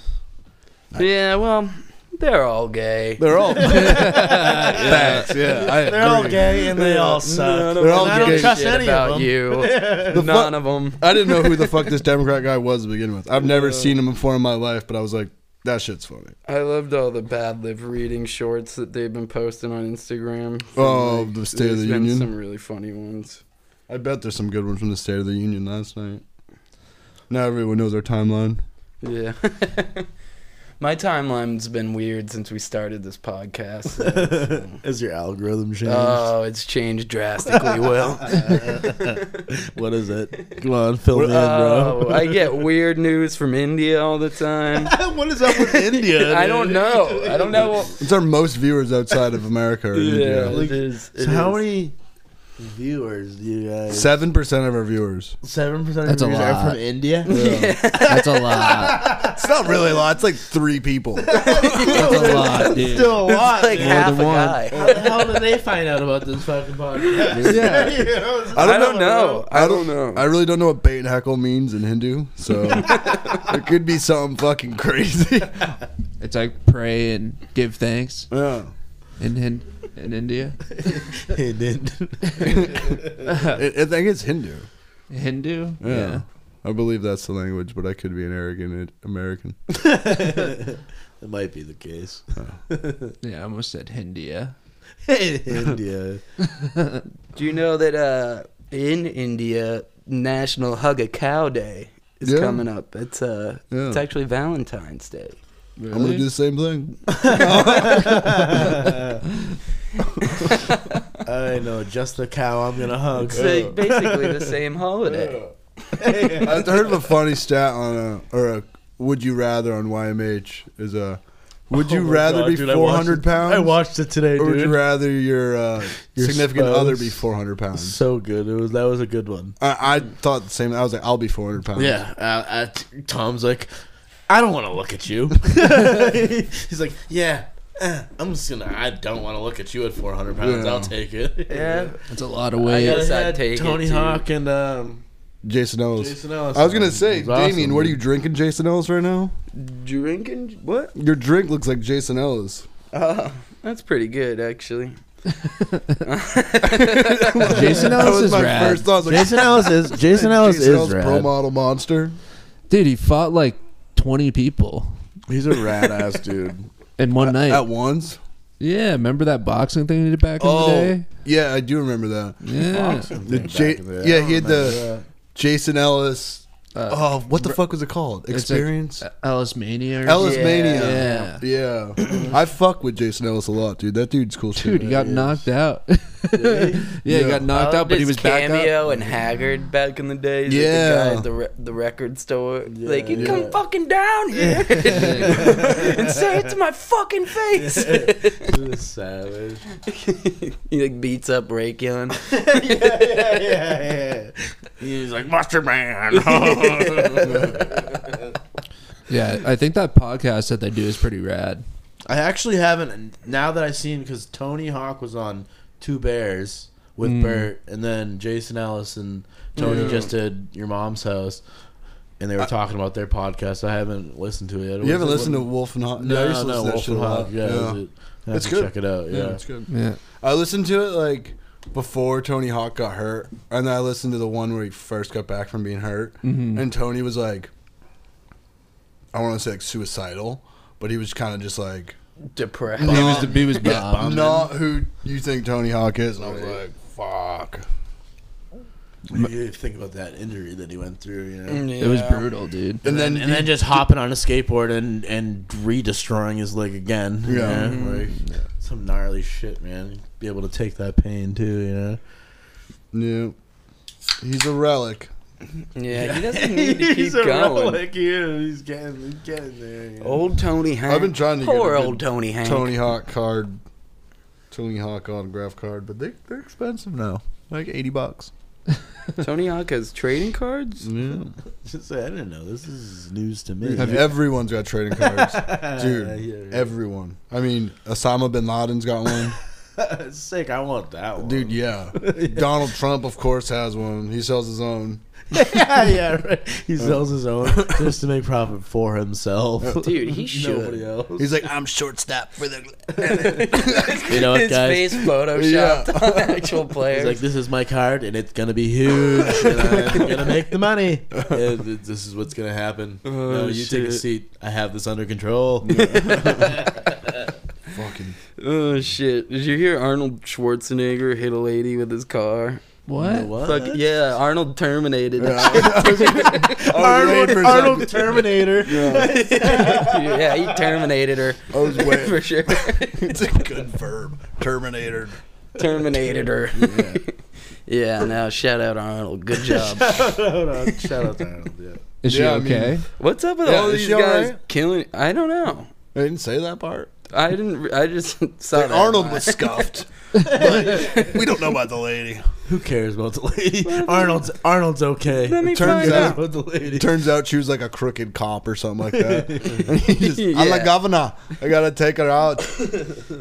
S2: Yeah, well, they're all gay.
S4: They're all facts. Yeah, I
S5: They're all
S4: agree.
S5: gay and they all suck.
S4: They're all
S5: I don't
S4: gay.
S5: trust any
S2: about
S5: of them.
S2: you.
S4: fu-
S2: None of them.
S4: I didn't know who the fuck this Democrat guy was to begin with. I've never seen him before in my life, but I was like, that shit's funny.
S2: I loved all the bad lip reading shorts that they've been posting on Instagram.
S4: Oh, the State of
S2: There's
S4: the
S2: been
S4: Union.
S2: Some really funny ones.
S4: I bet there's some good ones from the State of the Union last night. Now everyone knows our timeline.
S2: Yeah. My timeline's been weird since we started this podcast. so-
S5: Is your algorithm changed?
S2: oh, it's changed drastically, Will.
S5: what is it? Come on, fill me in,
S2: Oh,
S5: bro.
S2: I get weird news from India all the time.
S5: what is up with India?
S2: I don't
S5: dude?
S2: know. I don't know. What,
S4: It's our most viewers outside of America. Are in
S2: yeah,
S4: India.
S2: it is.
S5: So
S2: it
S5: how
S2: is.
S5: many viewers do you guys?
S4: Seven percent of our viewers.
S5: Seven percent of
S3: That's a
S5: your viewers are
S3: lot.
S5: from India.
S3: That's a lot.
S4: It's not really a lot. It's like three people.
S3: That's a lot, dude.
S5: Still a lot.
S2: Like
S5: man.
S2: half
S3: than
S2: a
S3: one.
S2: guy.
S5: How the hell did they find out about this fucking podcast?
S4: Yeah.
S5: You know, it's
S2: I
S4: don't
S2: don't know. I don't know.
S4: I really don't know what bait and heckle means in Hindu, so it could be something fucking crazy.
S3: It's like pray and give thanks
S4: Yeah.
S3: in in, in India.
S5: like- It didn't.
S4: It, I think it's Hindu.
S3: Hindu.
S4: Yeah. I believe that's the language, but I could be an arrogant American.
S5: It might be the case.
S3: Oh. yeah. I almost said Hindia.
S5: India.
S2: Do you know that uh, in India, National Hug a Cow Day is
S4: Yeah.
S2: coming up? It's uh,
S4: Yeah.
S2: it's actually Valentine's Day.
S4: I'm gonna do the same thing.
S5: I know just the cow I'm gonna hug.
S2: It's uh, basically the same holiday.
S4: I heard of a funny stat on a or a would you rather on YMH is a would you
S5: Oh my
S4: rather
S5: God,
S4: be
S5: dude, I
S4: 400
S5: watched it-
S4: pounds
S5: I watched it today,
S4: or would you
S5: dude.
S4: rather your, uh,
S5: Your
S4: significant
S5: spouse.
S4: other be 400 pounds?
S5: So good. It was that was a good one.
S4: I, I thought the same. I was like, I'll be 400 pounds.
S5: Yeah. Uh, uh, Tom's like, I don't want to look at you. He's like, yeah. eh, I'm just gonna. I don't want to look at you at 400 pounds.
S4: Yeah.
S5: I'll take it.
S2: Yeah.
S3: That's a lot of
S2: I
S3: weight.
S2: guess
S5: I
S2: I'd
S5: had
S2: take it,
S5: Tony
S2: too.
S5: Hawk and um,
S4: Jason Ellis.
S5: Jason Ellis.
S4: I was gonna say,
S5: It was awesome,
S4: Damien, what are
S5: dude.
S4: you drinking, Jason Ellis, right now?
S2: Drinking what?
S4: Your drink looks like Jason Ellis.
S2: Oh, that's pretty good actually.
S3: Jason
S4: that
S3: Ellis
S4: was
S3: is
S4: my
S3: rad.
S4: first thought. I was like,
S5: Jason Ellis is Jason Ellis
S4: Jason
S5: is
S4: Ellis, pro
S5: rad.
S4: model monster.
S3: Dude, he fought like 20 people
S4: He's a rad ass dude. Uh,
S3: in one night.
S4: At once. Oh,
S3: yeah, remember that boxing thing he did back in
S4: yeah, I do remember that.
S3: the day? Yeah.
S4: The J- yeah, he had the Jason Ellis. oh, what the fuck was it called?
S3: like-
S4: Experience.
S3: uh, Ellis Mania. or
S4: Ellis
S2: Yeah.
S4: Mania. Yeah. I fuck with Jason Ellis a lot, dude. That dude's cool shit.
S3: Dude, he got knocked out. yeah, he
S4: Yeah.
S3: got knocked out, but he was back up.
S2: Uh, cameo and Haggard back in the day. like
S4: Yeah.
S2: the guy at the, re- the record store. like you
S5: yeah.
S2: come fucking down here and say it to my fucking face.
S5: savage.
S2: he like beats up Raycon.
S5: yeah, yeah, yeah, yeah. He's like Monster Man.
S3: Yeah, I think that podcast that they do is pretty rad.
S5: I actually haven't. Now that I've seen, because Tony Hawk was on Two Bears with
S4: Mm.
S5: Bert, and then Jason Ellis and Tony just did Your Mom's House, and they were talking about their podcast. I haven't listened to it. yet.
S4: You haven't listened to Wolf and Hawk?
S5: No,
S4: I
S5: no,
S4: used to listen to that
S5: Wolf
S4: shit
S5: and
S4: a lot.
S5: Hawk. Yeah, it was a- I have
S4: It's
S5: to
S4: good.
S5: Check it out. Yeah,
S4: good.
S3: Yeah.
S4: I listened to it like before Tony Hawk got hurt, and I listened to the one where he first got back from being hurt,
S5: Mm-hmm.
S4: and Tony was like, I want to say like suicidal, but he was kind of just like
S2: Depressed.
S4: He was
S5: the he was
S4: I'm not who you think Tony Hawk is, and I was like, fuck.
S5: You think about that injury that he went through, you know.
S4: Mm,
S3: It was
S2: Yeah.
S3: brutal, dude.
S4: And then,
S5: and then just hopping on a skateboard and and re-destroying his leg again. you
S4: Yeah.
S5: know? like some gnarly shit, man. Be able to take that pain too, you know.
S4: yeah, he's a relic.
S2: Yeah, he doesn't need to keep going. Oh.
S5: He's getting, he's getting there.
S2: Old Tony Hank.
S4: I've been trying to get
S2: Poor
S4: a good
S2: old Tony Hank.
S4: Tony Hawk card, Tony Hawk autograph card, but they they're expensive now, like eighty bucks.
S2: Tony Hawk has trading cards.
S4: Yeah,
S5: Just say, I don't know. This is news to me.
S4: everyone's got trading cards, dude.
S5: Yeah, yeah, yeah.
S4: Everyone. I mean, Osama bin Laden's got one,
S5: Sick. I want that one,
S4: dude. Yeah. Donald Trump, of course, has one. He sells his own.
S5: yeah, yeah. Right.
S4: Uh,
S5: He sells his own just to make profit for himself.
S2: Dude, he should.
S5: Nobody else.
S4: He's like, I'm shortstop for the.
S5: You know what,
S2: His
S5: guys?
S2: face photoshopped
S4: Yeah.
S2: on actual
S5: He's
S2: players.
S5: like, this is my card, and it's gonna be huge, and I'm gonna make the money. And th- this is what's gonna happen. no, you take a
S2: shit.
S5: seat. I have this under control.
S4: Fucking.
S2: oh shit! Did you hear Arnold Schwarzenegger hit a lady with his car?
S3: What?
S5: What?
S2: Fuck yeah! Arnold terminated. that
S5: Arnold,
S4: waiting for
S5: Arnold
S4: something.
S5: Terminator.
S2: shit. yeah, he terminated her
S4: I was
S2: for
S4: waiting.
S2: sure.
S4: it's a good verb. Terminator.
S2: terminated her. Yeah. no. Shout out Arnold. Good job.
S5: Shout out- shout out to Arnold. Yeah.
S3: Is she
S4: Yeah, I mean-
S3: okay?
S2: What's up with
S4: Yeah,
S2: all
S4: is
S2: these
S4: she all
S2: guys
S4: right?
S2: killing? I don't know.
S4: I didn't say that part.
S2: I didn't. re- I just saw that
S4: Arnold
S2: line.
S4: was scuffed. but we don't know about the lady.
S5: Who cares about the lady? Arnold's Arnold's okay.
S2: Let me
S5: Who cares
S4: Turns out-
S5: about the lady.
S4: It turns out she was like a crooked cop or something like that. And he just, I'm
S2: Yeah.
S4: the governor. I gotta take her out.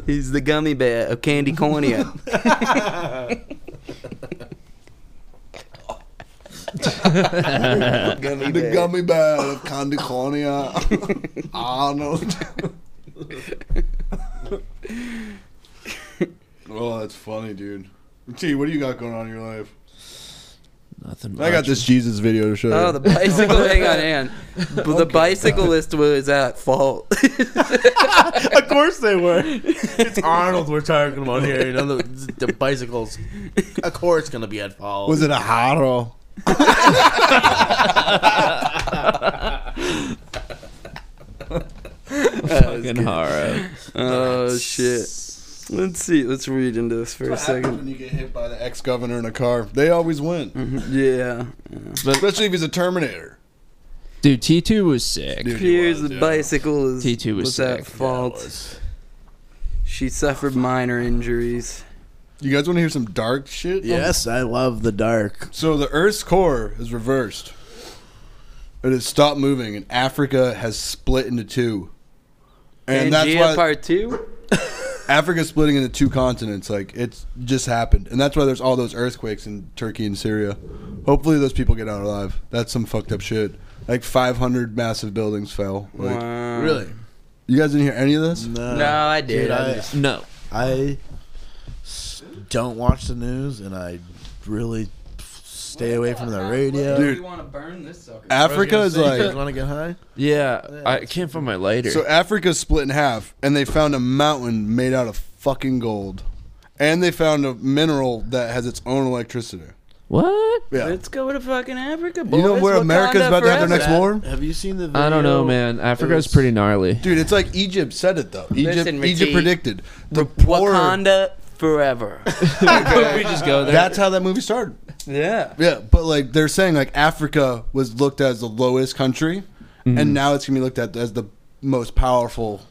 S2: He's the gummy bear of candy cornea. gummy
S4: The
S2: bear.
S4: gummy bear of Candy Cornea. uh, Arnold. oh, that's funny, dude. T, what do you got going on in your life?
S3: Nothing.
S4: I got this Jesus video to show you.
S2: Oh, the bicycle. hang on, hang on. But the bicyclist was at fault.
S5: of course they were. It's
S2: Oh,
S5: Arnold we're talking about here. You know the, the bicycles. Of course, gonna be at fault.
S4: Was it a Haro?
S3: fucking horror.
S2: oh shit. Let's see. Let's read into this for a second.
S4: When you get hit by the ex governor in a car, Mm-hmm. they always win.
S2: Yeah.
S4: Especially if he's a Terminator.
S3: Dude, T two was sick.
S4: Dude, he
S2: Here's
S4: was,
S2: the
S4: yeah.
S2: bicycle is
S3: T2 was
S2: at
S3: sick.
S2: fault. She suffered minor injuries.
S4: You guys want to hear some dark shit?
S5: Yes, I love the dark.
S4: So the Earth's core is reversed. It has stopped moving, and Africa has split into two. And that's
S2: Pangea
S4: why
S2: part two.
S4: Africa's splitting into two continents. Like it's just happened, and that's why there's all those earthquakes in Turkey and Syria. Hopefully, those people get out alive. That's some fucked up shit. Like 500 massive buildings fell. Like,
S2: Wow.
S4: You guys didn't hear any of this?
S5: No,
S2: Mm. No, I did.
S5: Dude,
S2: I'm
S5: I,
S2: just-
S3: No.
S5: I s- don't watch the news, and I really stay away from the radio.
S4: Dude.
S2: want to burn this sucker?
S4: Africa is like
S5: want to get high?
S3: Yeah, I can't find my lighter.
S4: so Africa's split in half, and they found a mountain made out of fucking gold, and they found a mineral that has its own electricity.
S3: what?
S4: Yeah.
S2: Let's go to fucking Africa, boys.
S4: You know where America's
S2: Wakanda
S4: about to have their next
S2: forever.
S4: war?
S5: Have you seen the? Video?
S3: I don't know, man. Africa's
S5: was-
S3: pretty gnarly.
S4: Dude, it's like Egypt said it though. Egypt,
S2: Listen, Ricky.
S4: Egypt predicted the poor.
S2: Wakanda forever.
S3: we just go there.
S4: That's how that movie started.
S2: yeah.
S4: Yeah, but like they're saying, like Africa was looked at as the lowest country, and
S3: Mm-hmm.
S4: now it's gonna be looked at as the most powerful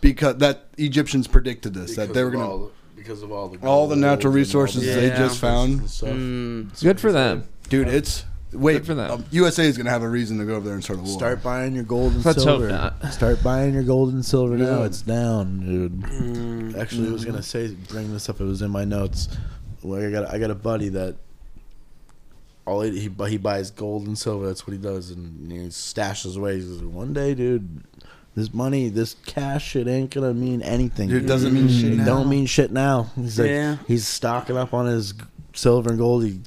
S4: because that Egyptians predicted this that they were gonna all,
S5: because of all the
S4: the natural resources
S2: all the
S4: they
S2: Yeah.
S4: just found.
S2: Mm,
S3: it's good for them.
S4: Dude, it's wait
S3: Good for them.
S4: um, USA is gonna have a reason to go over there and start a war.
S5: Start buying your gold and
S3: Let's hope
S5: silver.
S3: not.
S5: Start buying your gold and silver now.
S4: Yeah.
S5: It's down, dude.
S2: mm.
S5: Actually, I was gonna say bring this up. It was in my notes. Like I got I got a buddy that all he he, bu- he buys gold and silver. That's what he does, and he stashes away. He says, "One day, dude, This money, this cash, shit ain't gonna mean anything.
S4: Dude, it doesn't mean shit
S5: It
S4: now.
S5: Don't mean shit now. He's like,
S2: Yeah.
S5: he's stocking up on his silver and gold. He,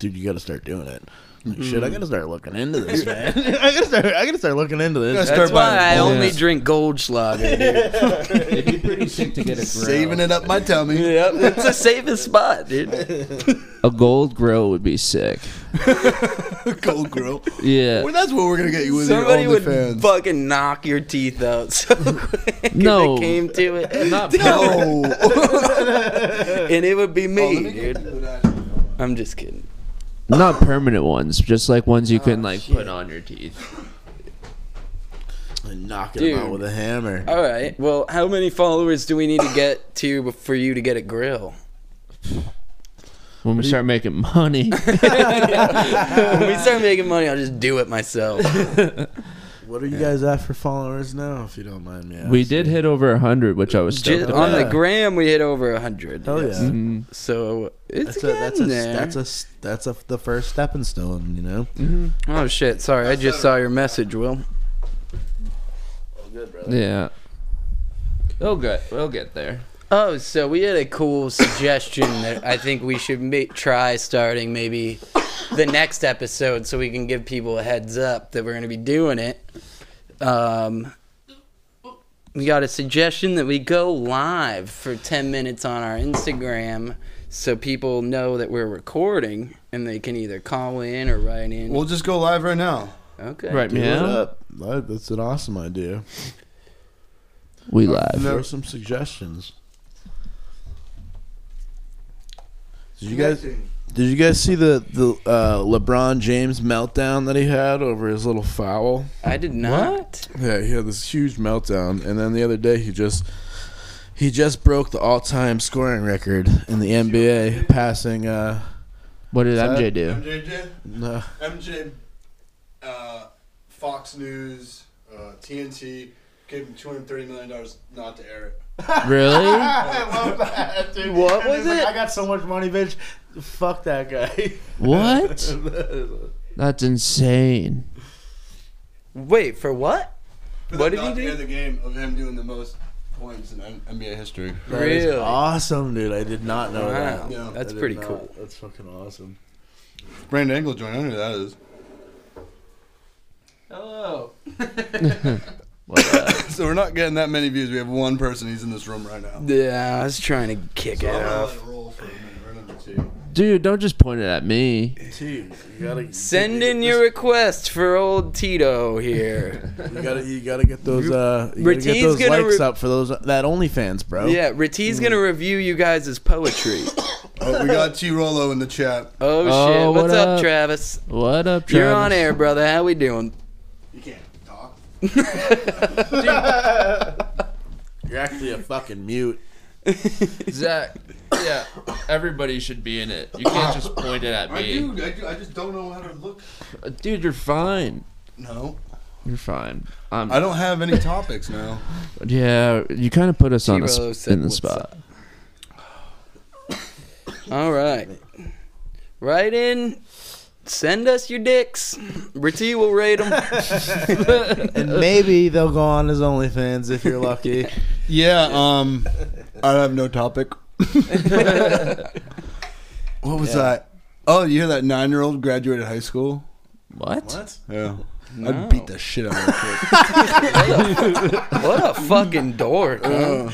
S5: dude, you gotta start doing it. I'm like, Shit, I gotta start looking into this, man. I gotta start. I gotta start looking into this.
S4: That's
S2: That's
S4: Start
S2: why
S4: buying
S2: I
S4: bullets.
S2: only drink Goldschlager, dude.
S7: It'd be pretty sick to get a grill.
S4: Saving it up my tummy.
S2: yep, it's the safest spot, dude.
S3: A gold grill would be sick.
S4: Gold grill.
S3: Yeah.
S4: Well, that's what we're gonna get you with
S2: Somebody
S4: your
S2: would
S4: OnlyFans.
S2: fucking knock your teeth out so quick if
S3: No.
S2: it came to it.
S3: Not
S4: no.
S2: And it would be Oh, me, dude.
S4: Dude.
S2: I'm just kidding.
S3: not permanent ones, just like ones you can like put on your teeth.
S5: And knocking him out
S2: Dude. Uh,
S5: with a hammer.
S2: All right. Well, how many followers do we need to get to bef- for you to get a grill?
S3: When we start making money,
S2: when we start making money, I'll just do it myself.
S5: What are you guys at for followers now, if you don't mind me asking?
S3: we did hit over hundred, which I was
S2: Ju-
S3: stoked
S2: on
S3: about.
S2: the gram, we hit over hundred.
S5: Hell yeah.
S3: Mhm.
S2: So it's
S5: That's a,
S2: getting
S5: that's a
S2: there.
S5: that's a s- that's a the first stepping stone, you know.
S2: oh shit! Sorry, I just saw your message, Will.
S3: Yeah. We'll get we'll get there.
S2: Oh, so we had a cool suggestion that I think we should ma- try starting maybe the next episode, so we can give people a heads up that we're going to be doing it. Um, we got a suggestion that we go live for ten minutes on our Instagram, so people know that we're recording, and they can either call in or write in.
S4: We'll just go live right now.
S2: okay.
S3: Right,
S5: Do it
S3: man.
S5: up. That- That's an awesome idea.
S3: We
S5: There
S3: live.
S5: Throw some suggestions. Did you guys did you guys see the the uh, LeBron James meltdown that he had over his little foul?
S2: I did not.
S5: Yeah, he had this huge meltdown, and then the other day he just he just broke the all time scoring record in the NBA, passing. Uh,
S3: What did
S5: that-
S3: MJ do?
S4: MJJ,
S5: no,
S4: MJ, uh, Fox News, uh, TNT gave him two hundred thirty million dollars not to air it.
S3: Really?
S2: What was it?
S5: got so much money, bitch. Fuck that guy.
S3: What? That's insane.
S2: Wait for what? What did he
S4: not to
S2: do?
S4: air the game of him doing the most points in N- NBA history.
S5: That is
S2: Really?
S5: awesome, dude. I did not know
S2: Wow,
S5: that.
S4: Yeah.
S2: that's
S5: I did
S2: pretty
S5: not.
S2: cool.
S5: That's fucking awesome.
S4: Brandon Angle joined. I know who that is.
S2: Hello.
S4: so we're not getting that many views. We have one person. He's in this room right now.
S2: Yeah, I was trying to kick it off.
S4: roll for a minute. We're number two.
S3: Dude, don't just point it at me.
S5: Dude, you gotta
S2: Send in your request for old Tito here.
S5: You gotta you gotta get those uh you gotta
S2: Ratid's
S5: get those
S2: gonna
S5: likes
S2: re-
S5: up for those that OnlyFans, bro.
S2: yeah, Rati's gonna review you guys' poetry.
S4: Oh, we got T Rolo in the chat.
S2: Oh,
S3: Oh,
S2: shit.
S3: what
S2: What's up,
S3: up?
S2: Travis?
S3: What up, Travis?
S2: You're on air, brother. How we doing?
S4: You can't talk.
S5: You're actually a fucking mute.
S3: Zach. Yeah, everybody should be in it. You can't just point it at
S4: I do, I do. I just don't know how to look.
S3: Uh, Dude, you're fine.
S4: No,
S3: You're fine. Um,
S4: I don't have any topics now.
S3: yeah, you kind of put us on the
S2: T-Rolo
S3: sp-
S2: said,
S3: in the
S2: "What's
S3: spot.
S2: All right. Right in. Send us your dicks. Rati will rate them.
S5: And maybe they'll go on as OnlyFans if you're lucky.
S4: Yeah. Um, I have no topic. what was that? Oh, you hear that nine-year-old graduated high school?
S3: What?
S4: Yeah. I'd beat the shit out of that kid.
S2: What a fucking dork. huh?
S4: Uh.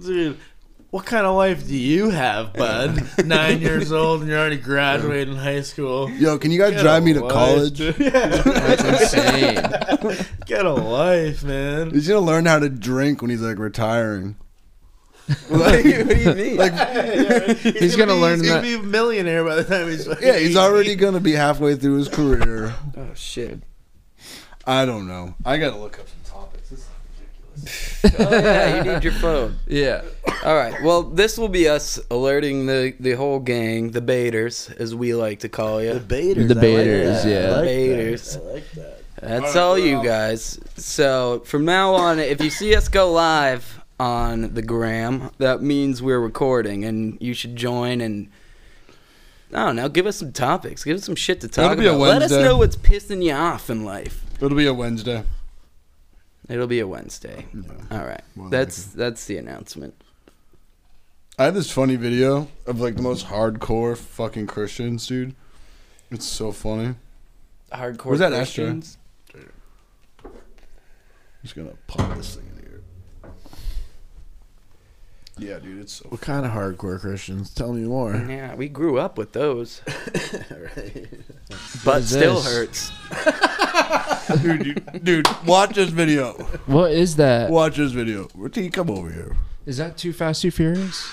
S5: Dude, what kind of life do you have, bud? Nine years old and you're already graduating high school.
S4: Yo, can you guys drive me to college? He's
S3: That's insane.
S5: Get a life, man.
S4: gonna learn how to drink when he's like retiring.
S2: what do you what do you mean?
S5: He's,
S3: gonna
S5: be-
S3: learn that-
S5: he's gonna be a millionaire by the time he's fucking
S4: Yeah, he's already gonna be halfway through his career.
S2: oh, shit.
S4: I don't know. I gotta look up some topics. This is ridiculous.
S2: Oh, yeah, you need your phone.
S3: Yeah.
S2: All right. Well, this will be us alerting the the whole gang, the baiters, as we like to call you.
S5: Debaters.
S3: Debaters, yeah.
S2: Debaters.
S5: I like that.
S2: That's all you guys. So from now on, if you see us go live on the gram, that means we're recording, and you should join and. I don't know. Give us some topics. Give us some shit to talk
S4: That'll be a
S2: about. Let us
S4: Wednesday.
S2: know what's pissing you off in life.
S4: It'll be a Wednesday.
S2: It'll be a Wednesday. All right.
S4: More than
S2: that's that's the announcement.
S4: I have this funny video of like the most hardcore fucking Christians, dude. It's so funny.
S2: Hardcore
S4: Where's that ashtray?
S2: Christians.
S4: just gonna pop this thing in here. Yeah, dude, it's so.
S5: What kind of hardcore Christians? Tell me more.
S2: Yeah, we grew up with those.
S5: What
S2: But
S5: is
S2: still
S5: this?
S2: hurts.
S4: dude, dude, dude, watch this video.
S3: What is that? Is
S4: Watch this video. T, come over here.
S3: that Too Fast, Too Furious?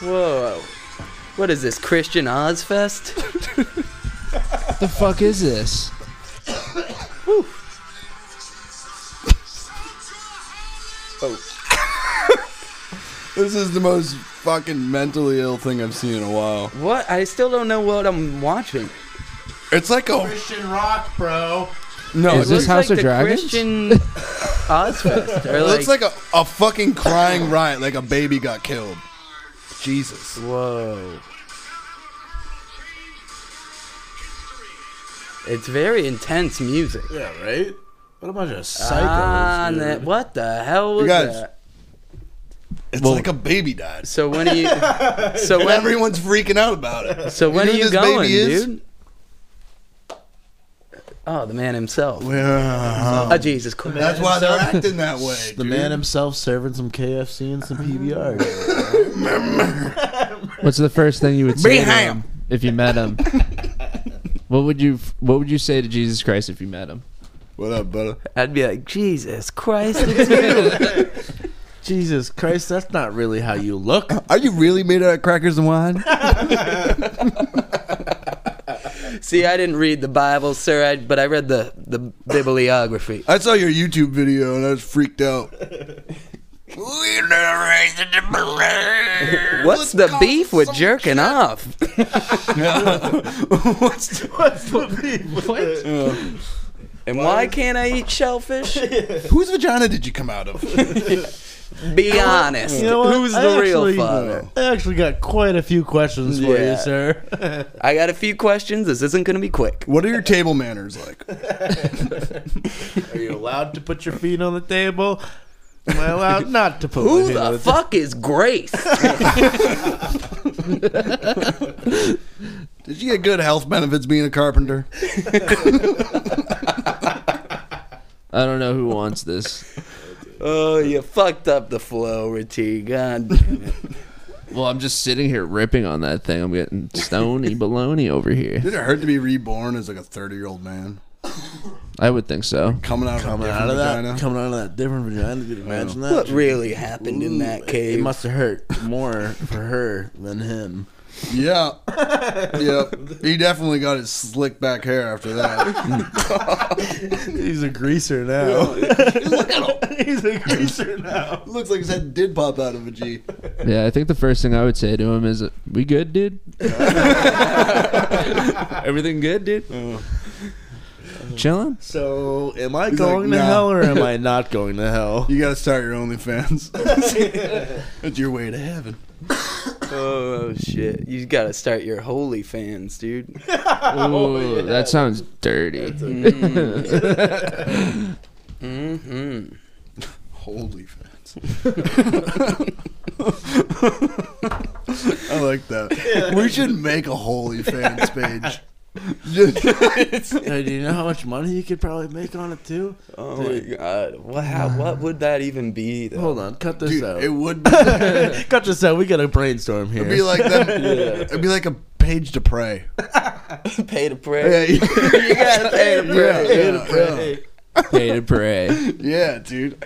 S2: Whoa. What is this Christian Ozfest?
S3: the fuck is this?
S4: This is the most fucking mentally ill thing I've seen in a while.
S2: What? I still don't know what I'm watching.
S4: It's like a
S5: Christian rock, bro.
S4: no. It
S3: Is
S2: It
S3: this
S2: looks like
S3: House of
S2: the
S3: Dragons?
S2: Christian Ozfest. Or
S4: looks
S2: like,
S4: like a, a fucking crying riot, like a baby got killed. Jesus.
S2: Whoa. It's very intense music.
S5: Yeah, right. What a bunch of psychos.
S2: Ah,
S5: dude.
S2: that- what the hell was
S4: guys-
S2: that?
S4: It's like a baby died.
S2: So when are you? So
S4: And
S2: when?
S4: everyone's freaking out about it.
S2: so when
S4: you know who this
S2: are you
S4: baby
S2: going,
S4: is?
S2: dude? Oh, the man himself.
S4: Yeah.
S2: Oh, Jesus Christ.
S4: That's why they're acting that way.
S5: The
S4: dude.
S5: man himself serving some KFC and some PBR.
S3: What's the first thing you would say to him if you met him? what would you What would you say to Jesus Christ if you met him?
S4: What up, brother?
S2: I'd be like, Jesus Christ. it's real."
S5: Jesus Christ, that's not really how you look.
S4: Are you really made out of crackers and wine?
S2: See, I didn't read the Bible, sir, I, but I read the, the bibliography.
S4: I saw your YouTube video and I was freaked out.
S2: What's the beef with jerking off?
S4: What's
S2: And why can't I eat shellfish?
S4: whose vagina did you come out of?
S2: Be honest. Who's the
S5: I
S2: real
S5: actually-
S2: father?
S5: I actually got quite a few questions for
S2: Yeah.
S5: you, sir.
S2: I got a few questions. This isn't going to be quick.
S4: What are your table manners like?
S5: Are you allowed to put your feet on the table? Am I allowed not to put my
S2: Who
S5: feet on
S2: the
S5: the
S2: fuck is Grace?
S4: Did you get good health benefits being a carpenter?
S3: I don't know who wants this.
S2: oh, you fucked up the flow, Richie. God damn it.
S3: Well, I'm just sitting here ripping on that thing. I'm getting stony baloney over here.
S4: Did it hurt to be reborn as like a thirty-year-old man
S3: I would think so.
S4: coming out
S5: Coming
S4: of,
S5: out of that,
S4: vagina?
S5: Uh, coming out of that different vagina. Could you imagine that?
S2: What really happened in that
S5: It
S2: cave?
S5: must have hurt more for her than him.
S4: Yeah, yep. He definitely got his slick back hair after that.
S5: Oh. He's a greaser now. He's a greaser now.
S4: Looks like his head did pop out of a G.
S3: Yeah, I think the first thing I would say to him is, uh, "We good, dude? Everything good, dude? Chilling?
S5: So, Oh, am I
S4: He's
S5: going
S4: like,
S5: to
S4: "Nah."
S5: hell or am I not going to hell?
S4: You gotta start your OnlyFans. It's your way to heaven.
S2: oh shit! You gotta start your holy fans, dude.
S4: Oh,
S3: Ooh, that sounds dirty. Mm.
S2: Mm-hmm.
S4: Holy fans. I like that. We should make a holy fans page. Just-
S5: Hey, do you know how much money you could probably make on it too?
S2: Oh my god! What? How, what would that even be? Though?
S5: Hold on, cut this
S4: Dude,
S5: out.
S4: it would be, it'd
S5: cut this out. We got a brainstorm here.
S4: be like them, it'd be like a page to pray.
S2: pay to
S4: Yeah,
S2: pray.
S4: you
S2: you gotta pay to
S4: yeah,
S2: pray.
S4: yeah, yeah.
S3: Pay to pray.
S4: Yeah, dude.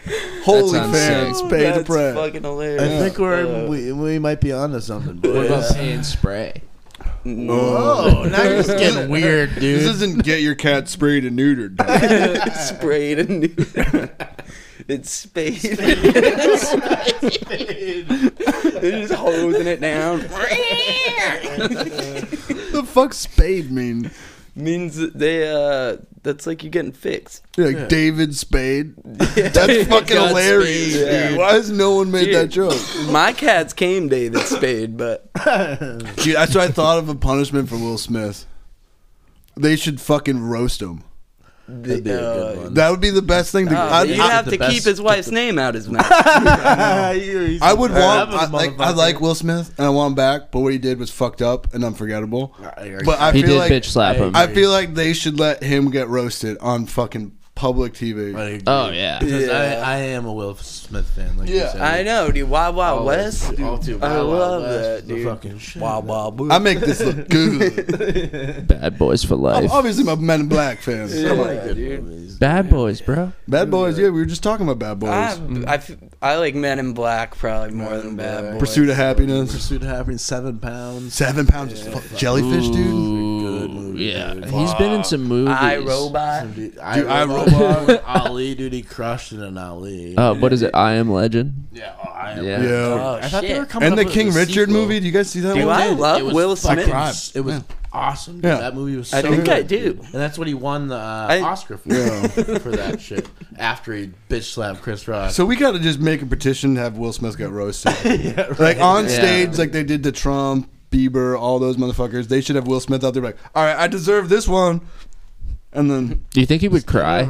S4: Holy
S3: sounds
S4: fans,
S3: sick.
S4: pay to
S2: That's
S4: pray.
S2: Fucking hilarious.
S5: I think we're
S2: Uh,
S5: we, we might be onto something.
S3: What
S5: Boys.
S3: about paying spray?
S5: Oh, now you're just getting weird,
S4: This
S5: dude.
S4: isn't get your cat sprayed and neutered. dog.
S2: sprayed and neutered. it's spayed. it's spayed. They're just hosing it down.
S4: the fuck spade mean?
S2: means that they uh that's like you're getting fixed.
S4: You're like David Spade. That's fucking
S3: God
S4: hilarious,
S2: Spade, yeah.
S4: dude. Why has no one made that
S2: Dude.
S4: joke?
S2: My cat's came David Spade, but
S4: Dude, that's what I thought of a punishment for Will Smith. They should fucking roast him.
S5: That'd be a good one.
S4: That would be the best thing to.
S2: uh, Oh,
S4: I'd-
S2: you
S4: I,
S2: have to
S5: the
S2: keep
S5: best-
S2: his wife's name out his mouth.
S4: I would want. I
S5: was
S4: like, I
S5: motherfucker.
S4: like Will Smith and I want him back, but what he did was fucked up and unforgettable. But I
S3: He
S4: feel
S3: did
S4: like
S3: bitch slap him.
S4: I feel like they should let him get roasted on fucking public TV.
S3: oh yeah.
S5: Because
S2: Yeah.
S5: I, I am a Will Smith fan. Like you
S4: Yeah.
S5: said.
S2: I know, dude. Wild Wild West.
S5: All too
S2: I
S5: Wild Wild
S2: love
S5: West
S2: that,
S5: was the
S2: dude.
S5: fucking shit.
S2: Wild Wild West.
S4: I make this look good.
S3: Bad boys for
S4: I'm
S3: life.
S4: Oh, obviously a Men in Black fan. Come on.
S5: Good movies.
S3: Bad boys, bro.
S4: Bad Boys, yeah, we were just talking about Bad Boys.
S2: I, I f- I like Men in Black probably more than Bad Boys.
S4: Pursuit of Happiness.
S5: Pursuit of Happiness, Seven Pounds.
S4: Seven pounds of fuck- jellyfish, dude.
S5: Good
S3: Ooh,
S5: movie,
S3: yeah.
S5: dude.
S3: He's been in some movies.
S2: I Robot.
S5: Dude,
S4: I
S5: I
S4: Robot.
S5: robot with Ali, dude. He crushed it in Ali.
S3: Uh, what is it? I am Legend.
S5: yeah, oh, I am.
S3: Yeah.
S4: Yeah.
S2: Oh
S5: I thought they were
S2: shit!
S5: coming
S4: And
S5: up
S4: the
S5: with
S4: King
S5: a
S4: Richard
S5: sequel.
S4: movie. Do you guys see that
S2: Do
S4: one?
S2: I
S5: Dude,
S2: love
S5: it was
S2: Will
S5: fucking-
S2: Smith?
S5: It was awesome. Dude.
S4: Yeah.
S5: That movie was. So
S2: I think
S5: good,
S2: I do.
S5: dude. and that's what he won the uh,
S2: I-
S5: Oscar for for that shit. After he bitch slapped Chris Rock.
S4: So we gotta just make a petition to have Will Smith get roasted, like on
S3: Yeah.
S4: stage, like they did to Trump, Bieber, all those motherfuckers. They should have Will Smith out there, like, all right, I deserve this one, and then
S3: Do you think he would cry?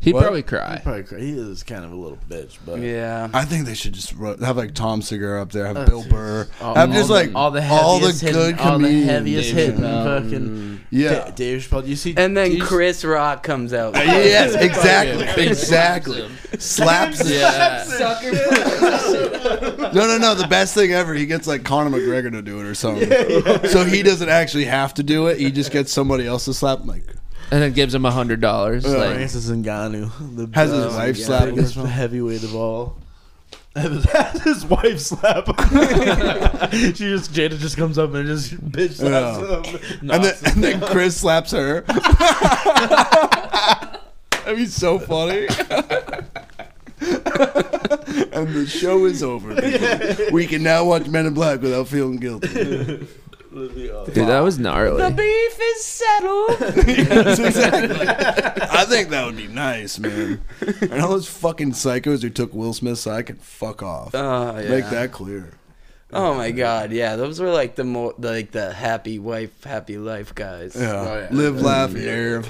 S3: He'd
S4: What?
S3: probably cry.
S5: Probably cra- he is kind of a little bitch, but
S2: Yeah.
S4: I think they should just ro- have like Tom Segura up there, have Bill Burr,
S5: All-
S4: have
S5: all
S4: just
S5: the-
S4: like
S5: all the
S4: all the
S5: heaviest hidden-
S4: good
S5: all the
S4: comedians.
S5: heaviest
S3: Dave
S5: hidden
S3: Chappelle.
S5: fucking
S4: Yeah.
S5: Da- Dave Chappelle. You see,
S2: And
S5: do
S2: then
S5: you s-
S2: Chris Rock comes out.
S4: yes, exactly, exactly. Slaps him. No, no, no. The best thing ever. He gets like Conor McGregor to do it or something. So he doesn't actually have to do it. He just gets somebody else to slap. him, Like
S3: And then gives him a hundred dollars.
S4: Oh,
S3: Like,
S5: Francis Ngannou, the
S4: Has his wife slap him or
S5: biggest
S4: something?
S5: heavyweight of all. Has his wife slap him. she just Jada just comes up and just bitch slaps
S4: Yeah.
S5: him.
S4: and then,
S5: Knocks
S4: and then Chris slaps her. That'd be so funny. and the show is over. people. We can now watch Men in Black without feeling guilty.
S3: dude, that was gnarly.
S2: Beef is settled.
S4: Yes, exactly. I think that would be nice, man. And all those fucking psychos who took Will Smith's side can fuck off.
S2: Oh yeah.
S4: Make that clear.
S2: Oh my god, yeah. Those were like the more like the happy wife, happy life guys.
S4: Yeah.
S5: Oh, yeah.
S4: Live, laugh, nerve.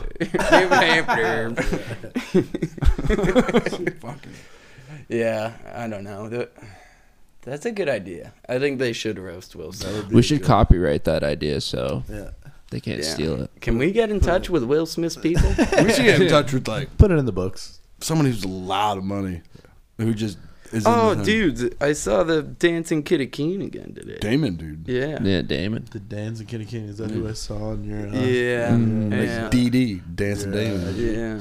S2: yeah, I don't know. Th- That's a good idea. I think they should roast Wilson.
S3: We should copyright that idea so
S5: Yeah.
S3: they can't steal it.
S2: Can we get in touch with Will Smith's people?
S4: We should get in touch with like
S5: Put it in the books.
S4: someone who's a lot of money, who just is. in
S2: oh,
S4: the-
S2: dude, I saw the dancing Kitty Keen again today.
S4: Damon, dude.
S2: Yeah.
S3: Yeah, Damon.
S5: The Dan's and Kenny King. Is that who I saw in your? Uh,
S2: Yeah.
S4: Like
S2: Yeah.
S4: DD, dancing
S5: Yeah.
S4: Damon.
S2: Yeah.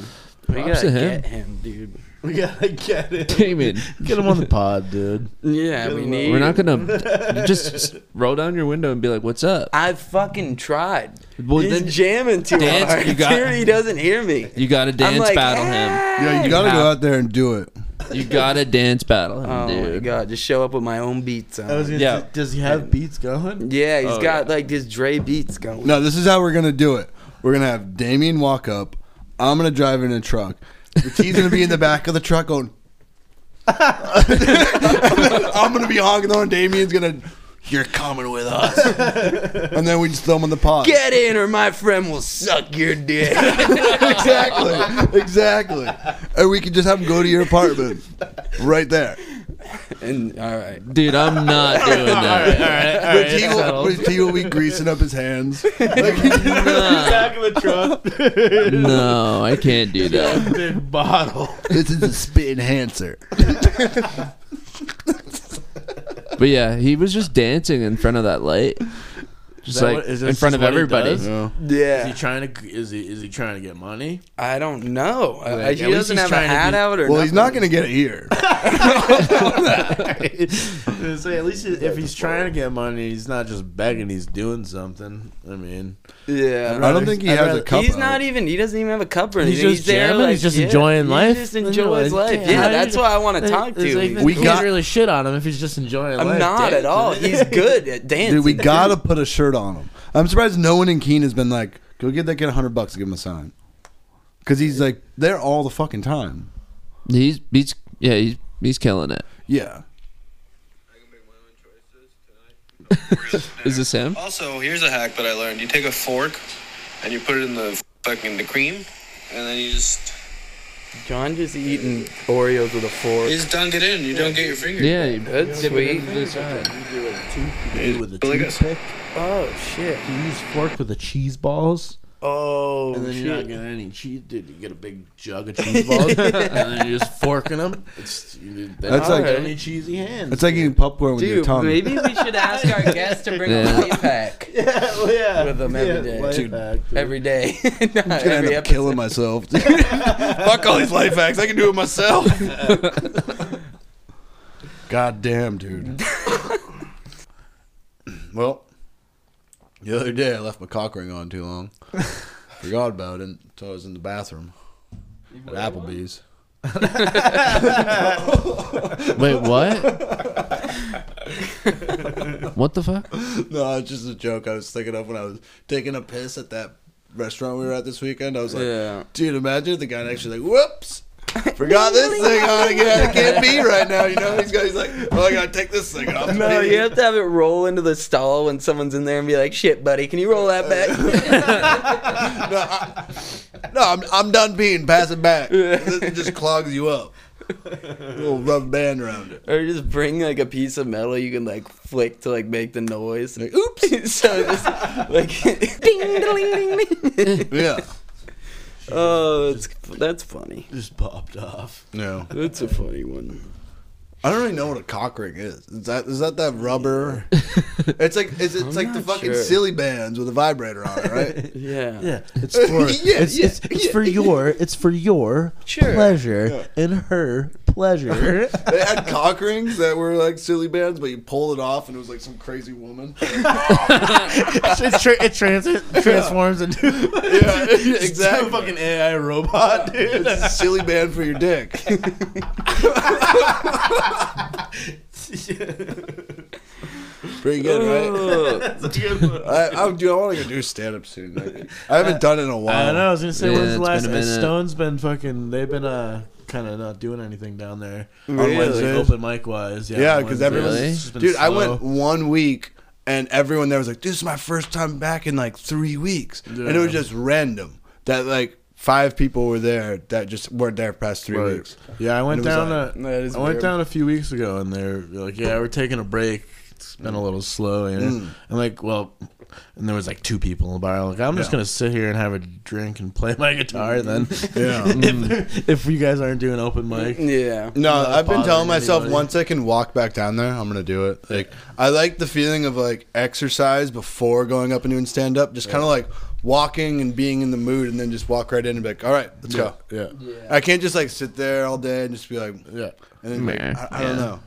S2: We
S3: Props
S2: gotta
S3: to him.
S2: get him, dude.
S5: We gotta get it.
S3: Damon.
S5: Get him on the pod, dude.
S2: Yeah, we need.
S3: We're not gonna just roll down your window and be like, "What's up?"
S2: I fucking tried.
S3: Well,
S2: He's
S3: then
S2: jamming too
S3: dance,
S2: hard.
S3: you got-
S2: Dude, he doesn't hear me.
S3: you gotta dance
S2: like,
S3: battle
S4: Yeah, you gotta go out there and do it.
S3: him. You gotta dance battle him,
S2: Oh my
S3: dude.
S2: god, just show up with my own beats on.
S5: I was gonna
S3: Yeah.
S5: say, does he have beats going?
S2: yeah, he's
S3: Oh,
S2: got like this Dre beats going.
S4: No, this is how we're gonna do it. We're gonna have Damien walk up. I'm gonna drive in a truck. He's gonna be in the back of the truck going. I'm gonna be honking on. Damien's gonna. You're coming with us. and then we just throw him in the pot.
S2: Get in, or my friend will suck your dick.
S4: exactly, exactly. Or we could just have him go to your apartment, right there.
S2: and all right,
S3: Dude, I'm not doing that.
S4: But he will, but he will be greasing up his hands. Like,
S5: Back of the truck,
S3: No, I can't do that.
S5: big bottle.
S4: this is a spit enhancer.
S3: But yeah, he was just dancing in front of that light, just
S5: Is that
S3: like
S5: what- is this
S3: in front
S5: just
S3: of
S5: what he
S3: everybody.
S5: does? Is he
S2: yeah,
S5: trying to? Is he? Is he trying to get money?
S2: I don't know. I- I-
S5: at
S2: he
S5: least
S2: doesn't
S5: he's
S2: have a
S5: trying to
S2: hat
S5: be-
S2: out or.
S4: Well, he's not
S2: nothing.
S4: going to get it here.
S5: So at least if he's trying to get money, he's not just begging. He's doing something. I mean,
S2: Yeah.
S4: I don't think he
S5: I'd
S4: has
S5: rather-
S4: a cup.
S2: He's
S4: out.
S2: not even. He doesn't even have a cup or
S5: He's
S2: anything.
S5: just
S2: there,
S5: jamming,
S2: like,
S5: he's just
S2: yeah,
S5: enjoying
S2: he
S5: life.
S2: just enjoys
S5: Enjoy-
S2: life.
S5: yeah.
S2: Yeah, that's why I want to talk to him.
S4: We got-
S5: really shit on him if he's just enjoying.
S2: I'm
S5: life.
S2: not at all. He's good at dancing.
S4: Dude, we got to put a shirt on him. I'm surprised no one in Keene has been like, Go get that kid a hundred bucks to give him a sign. Cause he's like there all the fucking time.
S3: He's he's yeah he's he's killing it.
S4: Yeah.
S3: Is this him?
S8: Also, here's a hack that I learned. You take a fork and you put it in the fucking the cream, and then you just
S2: John just eating Oreos with a fork.
S8: you just dunk it in. You don't get your finger.
S3: Yeah, he-
S2: That's sweet.
S5: with a
S8: Like a-
S5: toothpick.
S2: Oh shit.
S5: You use fork with the cheese balls,
S2: Oh
S5: and then you're not
S2: shit.
S5: getting any cheese. Dude, you get a big jug of cheese balls, and then you're just forking them. It's you, that's
S4: That's
S5: like
S4: like-
S5: only cheesy hands.
S4: It's like eating popcorn with your
S2: Dude,
S4: tongue.
S2: maybe we should ask our guests to bring
S3: Yeah.
S2: a light pack
S5: yeah, well, yeah,
S2: With them every day.
S5: life
S4: Dude.
S5: hack, dude.
S2: every day. Not
S4: I'm gonna end
S2: every
S4: up
S2: episode.
S4: killing myself. Fuck all these life hacks. I can do it myself. God damn, dude. well, the other day I left my cock ring on too long. Forgot about it until I was in the bathroom at Applebee's.
S3: Wait, what? what the fuck?
S4: No, it's just a joke I was thinking of when I was taking a piss at that restaurant we were at this weekend. I was like,
S2: Yeah.
S4: dude, imagine if the guy next to you like, whoops, forgot this thing on again. I can't be right now. You know, he's, got, he's like, oh, I gotta take this thing off.
S2: No, you have to have it roll into the stall when someone's in there and be like, "Shit, buddy, can you roll that back?"
S4: No, I, no I'm, I'm done being. Pass it back. This just clogs you up. little rubber band around it.
S2: or just bring like a piece of metal you can like flick to like make the noise. Like, Oops! so just like ding, ding, ding, ding.
S4: Yeah.
S2: Oh, that's that's funny.
S5: just popped off.
S4: No.
S2: That's a funny one.
S4: I don't really know what a cock ring is. Is that is that that rubber? It's like it's, it's like the
S2: not
S4: fucking
S2: sure.
S4: silly bands with a vibrator on it, right?
S2: Yeah.
S5: Yeah, it's for
S4: Yeah,
S5: it's,
S4: yeah,
S5: it's, it's
S4: yeah.
S5: for your it's for your
S2: Sure.
S5: pleasure and her pleasure.
S4: They had cock rings that were like silly bands, but you pull it off and it was like some crazy woman.
S5: it's tra- it trans- transforms into
S4: Yeah,
S5: exactly.
S4: exactly.
S5: fucking AI robot, dude.
S4: It's a silly band for your dick. Pretty good, right?
S2: Oh,
S4: I, I, dude, I want to go do stand up soon. Like, I haven't done it in a while.
S5: I don't know. I was gonna say,
S3: Uh, Yeah,
S5: when's the
S3: it's
S5: last?
S3: been a minute.
S5: Stone's been fucking. They've been uh kind of not doing anything down there.
S4: Really?
S5: On Wednesday, open mic wise, yeah.
S4: Yeah,
S5: on
S4: because
S5: Wednesday.
S4: everyone's
S3: Really?
S5: It's just been
S4: dude. I
S5: slow.
S4: went one week, and everyone there was like, "This is my first time back in like three weeks," and it was
S5: Yeah.
S4: just random that like five people were there that just weren't there past three
S5: Right.
S4: weeks.
S5: Yeah, I went
S4: And it was
S5: down.
S4: like-
S5: a-
S2: That is
S5: I went
S2: weird.
S5: down a few weeks ago, and they're like, "Yeah, we're taking a break. It's been a little slow." You know?
S4: Mm.
S5: And like, well, and there was like two people in the bar. Like, I'm just
S4: Yeah.
S5: gonna sit here and have a drink and play my guitar. Then,
S4: Yeah. Mm.
S5: if, if you guys aren't doing open mic,
S2: Yeah.
S4: No,
S5: Not
S4: I've been telling
S5: bothering
S4: myself
S5: anybody.
S4: once I can walk back down there, I'm gonna do it. Like I like the feeling of like exercise before going up and doing stand up, just kind of like walking and being in the mood, and then just walk right in and be like, "All right, let's go."
S5: yeah,
S4: I can't just like sit there all day and just be like,
S5: yeah.
S4: and then, like,
S3: Meh.
S4: I, I don't
S3: Yeah.
S4: know.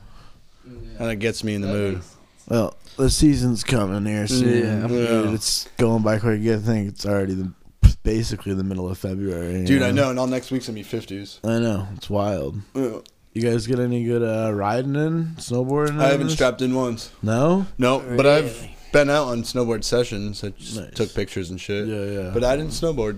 S4: And it gets me in the mood.
S5: Well, the season's coming here soon.
S4: Yeah.
S5: Dude, it's going by quick. You gotta think it's already the, basically the middle of February. you
S4: Dude, I know, and all next week's gonna be fifties.
S5: I know. It's wild. You guys get any good uh, riding in, snowboarding?
S4: I
S5: in
S4: haven't
S5: this?
S4: strapped in once.
S5: No.
S4: No, but I've been out on snowboard sessions. I just
S5: Nice.
S4: took pictures and shit.
S5: Yeah, yeah.
S4: But I didn't snowboard.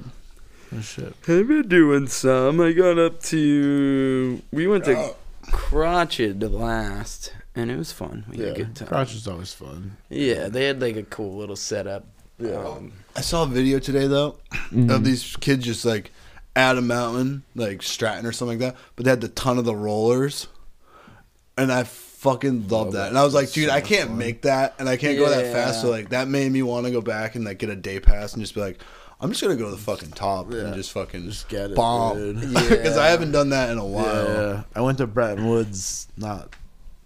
S5: Oh, shit.
S2: I've been doing some. I got up to. We went to Crotchet last, and it was fun. We had a good time.
S5: crotch is always fun.
S2: Yeah, they had like a cool little setup. Yeah. Um,
S4: I saw a video today though of these kids just like at a mountain, like Stratton or something like that. But they had the ton of the rollers, and I fucking loved that. And I was like, dude, I can't make that, and I can't go that fast. So
S2: Yeah.
S4: like that made me want to go back and like get a day pass and just be like. I'm just gonna go to the fucking top
S5: Yeah.
S4: and just fucking
S5: Just get it,
S4: bomb
S5: dude.
S4: because I
S2: Yeah.
S4: haven't done that in a while.
S5: Yeah, I went to Bretton Woods not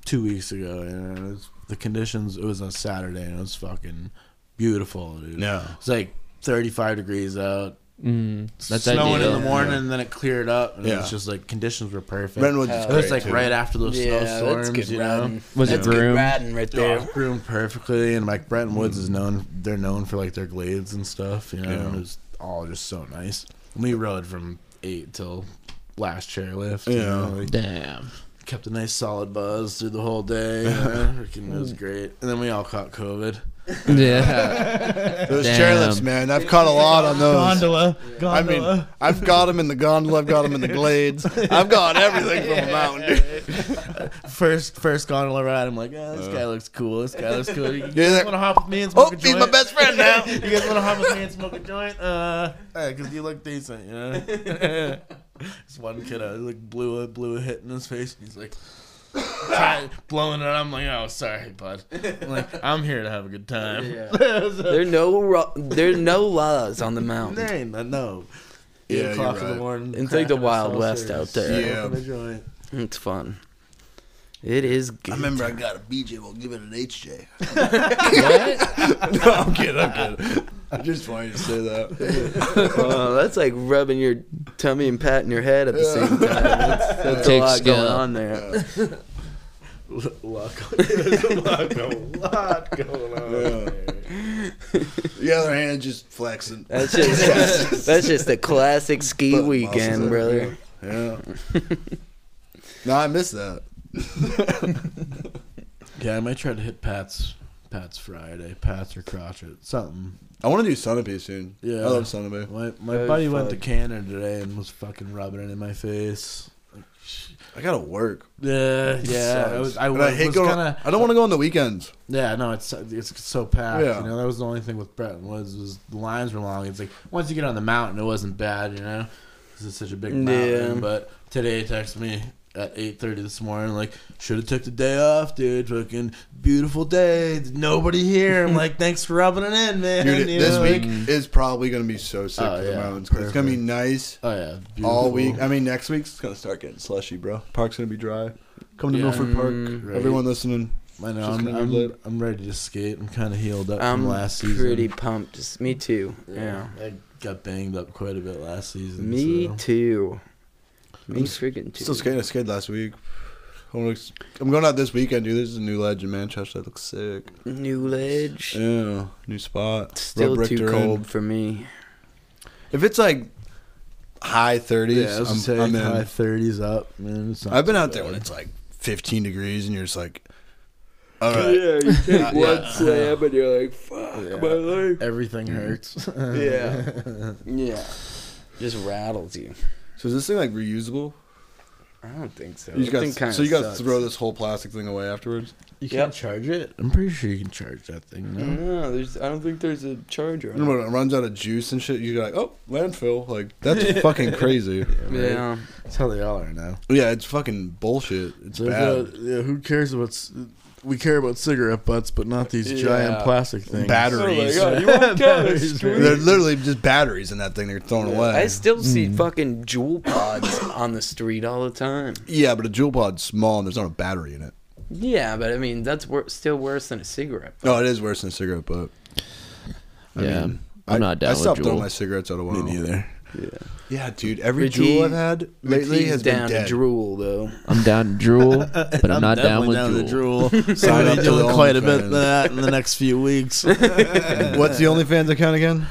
S5: two weeks ago, and it was, the conditions. It was on Saturday, and it was fucking beautiful, dude.
S4: Yeah.
S5: it's like 35 degrees out.
S3: Mm, that's
S5: snowing
S3: ideal.
S5: in the morning, and then it cleared up, and it
S4: Yeah.
S5: was just like conditions were perfect.
S4: Brentwood's
S5: it
S4: is
S5: was
S4: great,
S5: like
S4: too.
S5: right after those
S2: yeah,
S5: snowstorms,
S2: that's good
S5: you know.
S2: riding.
S3: Was it
S2: that's good
S3: groom?
S2: riding right
S5: They're
S2: there.
S5: groomed perfectly, and like Bretton Woods is known. They're known for like their glades and stuff. You know,
S4: Yeah.
S5: it was all just so nice. We rode from eight till last chairlift. You
S4: Yeah.
S5: know, like,
S3: Damn.
S5: kept a nice solid buzz through the whole day. you know, freaking, it was great. And then we all caught COVID.
S3: Yeah.
S4: Those
S3: Damn.
S4: chairlifts, man. I've caught a lot on those.
S5: Gondola,
S4: I mean,
S5: gondola.
S4: I've got them in the gondola. I've got them in the glades. I've got everything from a mountain. Dude.
S5: first first gondola ride, I'm like, oh,
S2: Uh.
S5: this guy looks cool. This guy looks cool. You
S4: Yeah,
S5: guys
S4: that-
S5: want to hop with me and
S4: Oh,
S5: smoke a
S4: he's
S5: joint?
S4: my best friend now.
S5: you guys want to hop with me and smoke a joint? Uh, because you look decent, you know. this one kiddo like blew a blew a hit in his face, and he's like. try- blowing it, I'm like, oh, sorry, bud. I'm like, I'm here to have a good time.
S2: There are no ru- there are no laws on the mountain.
S5: there ain't no- no.
S4: Yeah,
S5: Eight
S4: you're
S5: o'clock in the
S4: right.
S5: morning.
S2: It's like the
S5: cracking
S2: Wild
S5: a
S2: West
S5: seltzer,
S2: out there.
S4: Yeah.
S5: smoking a joint.
S2: It's fun. It is good.
S4: I remember I got a BJ. We'll give it an HJ.
S2: What?
S4: no, I'm kidding. I'm kidding. I just wanted to say that.
S2: Oh, that's like rubbing your tummy and patting your head at the same time. That's, that's a
S3: Takes
S2: lot going
S3: skill.
S2: on there.
S4: The other hand just flexing.
S2: That's just that's just a classic ski
S4: Butt muscles
S2: weekend, brother.
S4: Yeah. no, I miss that.
S5: Yeah, I might try to hit Pat's Pat's Friday, Pat's or Crotchet, something.
S4: I want to do Sunapee soon.
S5: Yeah.
S4: I love Sunapee.
S5: My my
S2: Oh,
S5: buddy went to
S2: fuck.
S5: Canada today and was fucking rubbing it in my face.
S4: I gotta work.
S5: Yeah, yeah. I was, I,
S4: And
S5: was,
S4: I hate going.
S5: kind of.
S4: I don't want to go on the weekends.
S5: Yeah, no, it's it's so packed.
S4: Yeah.
S5: You know, that was the only thing with Bretton Woods was the lines were long. It's like once you get on the mountain, it wasn't bad. You know, this is such a big mountain.
S2: Yeah.
S5: But today, he texted me at eight thirty this morning, like should have took the day off, dude. Fucking beautiful day, nobody here. I'm like, thanks for rubbing it in, man.
S4: Dude,
S5: You
S4: this
S5: know,
S4: week
S5: like-
S4: is probably gonna be so sick
S5: Oh,
S4: for the
S5: yeah,
S4: mountains. 'cause It's gonna be nice
S5: Oh yeah,
S4: all
S5: beautiful.
S4: week. I mean, next week's it's gonna start getting slushy, bro. Park's gonna be dry. Come to
S5: Yeah.
S4: Milford Park,
S2: Mm,
S5: right.
S4: everyone listening.
S5: I know.
S4: Just
S5: I'm,
S4: gonna be
S5: I'm,
S4: lit.
S5: I'm ready to skate. I'm kind of healed up
S2: I'm
S5: from last season.
S2: pretty pumped. Just- Me too. Yeah.
S5: I got banged up quite a bit last season.
S2: Me
S5: so.
S2: too. Me
S4: I'm s-
S2: freaking too.
S4: Still skating. I skated last week. I wanna ex- I'm going out this weekend, dude. There's a new ledge in Manchester. That looks sick.
S2: New
S4: Uh,
S2: ledge.
S4: Yeah, new spot.
S2: Still
S4: Rub Richter
S2: too
S4: in.
S2: cold for me.
S4: If it's like high 30s,
S5: Yeah, I
S4: I'm,
S5: was I'm,
S4: I'm
S5: saying
S4: in.
S5: high thirties up. Man, it's not
S4: I've been
S5: too
S4: out there
S5: bad.
S4: when it's like 15 degrees and you're just like, all right.
S2: you take
S4: Yeah.
S5: one
S2: slam and you're like, fuck
S5: Yeah. my
S2: my life.
S5: Everything hurts.
S2: Yeah. Yeah. Just rattles you.
S4: So is this thing like reusable?
S2: I don't think so.
S4: You just
S2: That
S4: got,
S2: thing kinda
S4: so you got to
S2: sucks.
S4: throw this whole plastic thing away afterwards?
S5: you
S2: Yep.
S5: can't charge it. I'm pretty sure you can charge that thing. No?
S2: No, there's. I don't think there's a charger.
S4: And when it runs out of juice and shit, you're like, oh, landfill. Like, that's fucking crazy.
S2: Yeah.
S5: That's how they all are now.
S4: Yeah, it's fucking bullshit. It's
S5: There's
S4: bad.
S5: a- yeah, who cares about? s- We care about cigarette butts, but not these
S2: Yeah.
S5: giant plastic things.
S4: Batteries.
S2: Oh my God, you walked down the
S5: Batteries,
S2: street.
S5: man.
S4: They're literally just batteries in that thing they're throwing away.
S2: I still see
S4: Hmm.
S2: fucking jewel pods on the street all the time.
S4: yeah, but a jewel pod's small and there's not a battery in it.
S2: Yeah, but I mean that's wor- still worse than a cigarette.
S4: No, Oh, it is worse than a cigarette butt.
S3: yeah.
S4: mean,
S3: I'm not down
S4: I
S3: with
S4: stopped
S3: Juul.
S4: throwing my cigarettes out of while.
S5: Me neither.
S4: Yeah, dude. Every
S2: Retief-
S4: jewel I've had lately
S2: Retief's
S4: has
S2: down
S4: been dead.
S2: to drool though.
S3: I'm down to drool, but I'm, not down with drool.
S5: drool.
S4: Sign
S5: Sign
S4: up
S5: up
S4: to
S5: doing
S4: the
S5: quite a bit
S4: OnlyFans.
S5: of that in the next few weeks.
S4: What's the OnlyFans account again?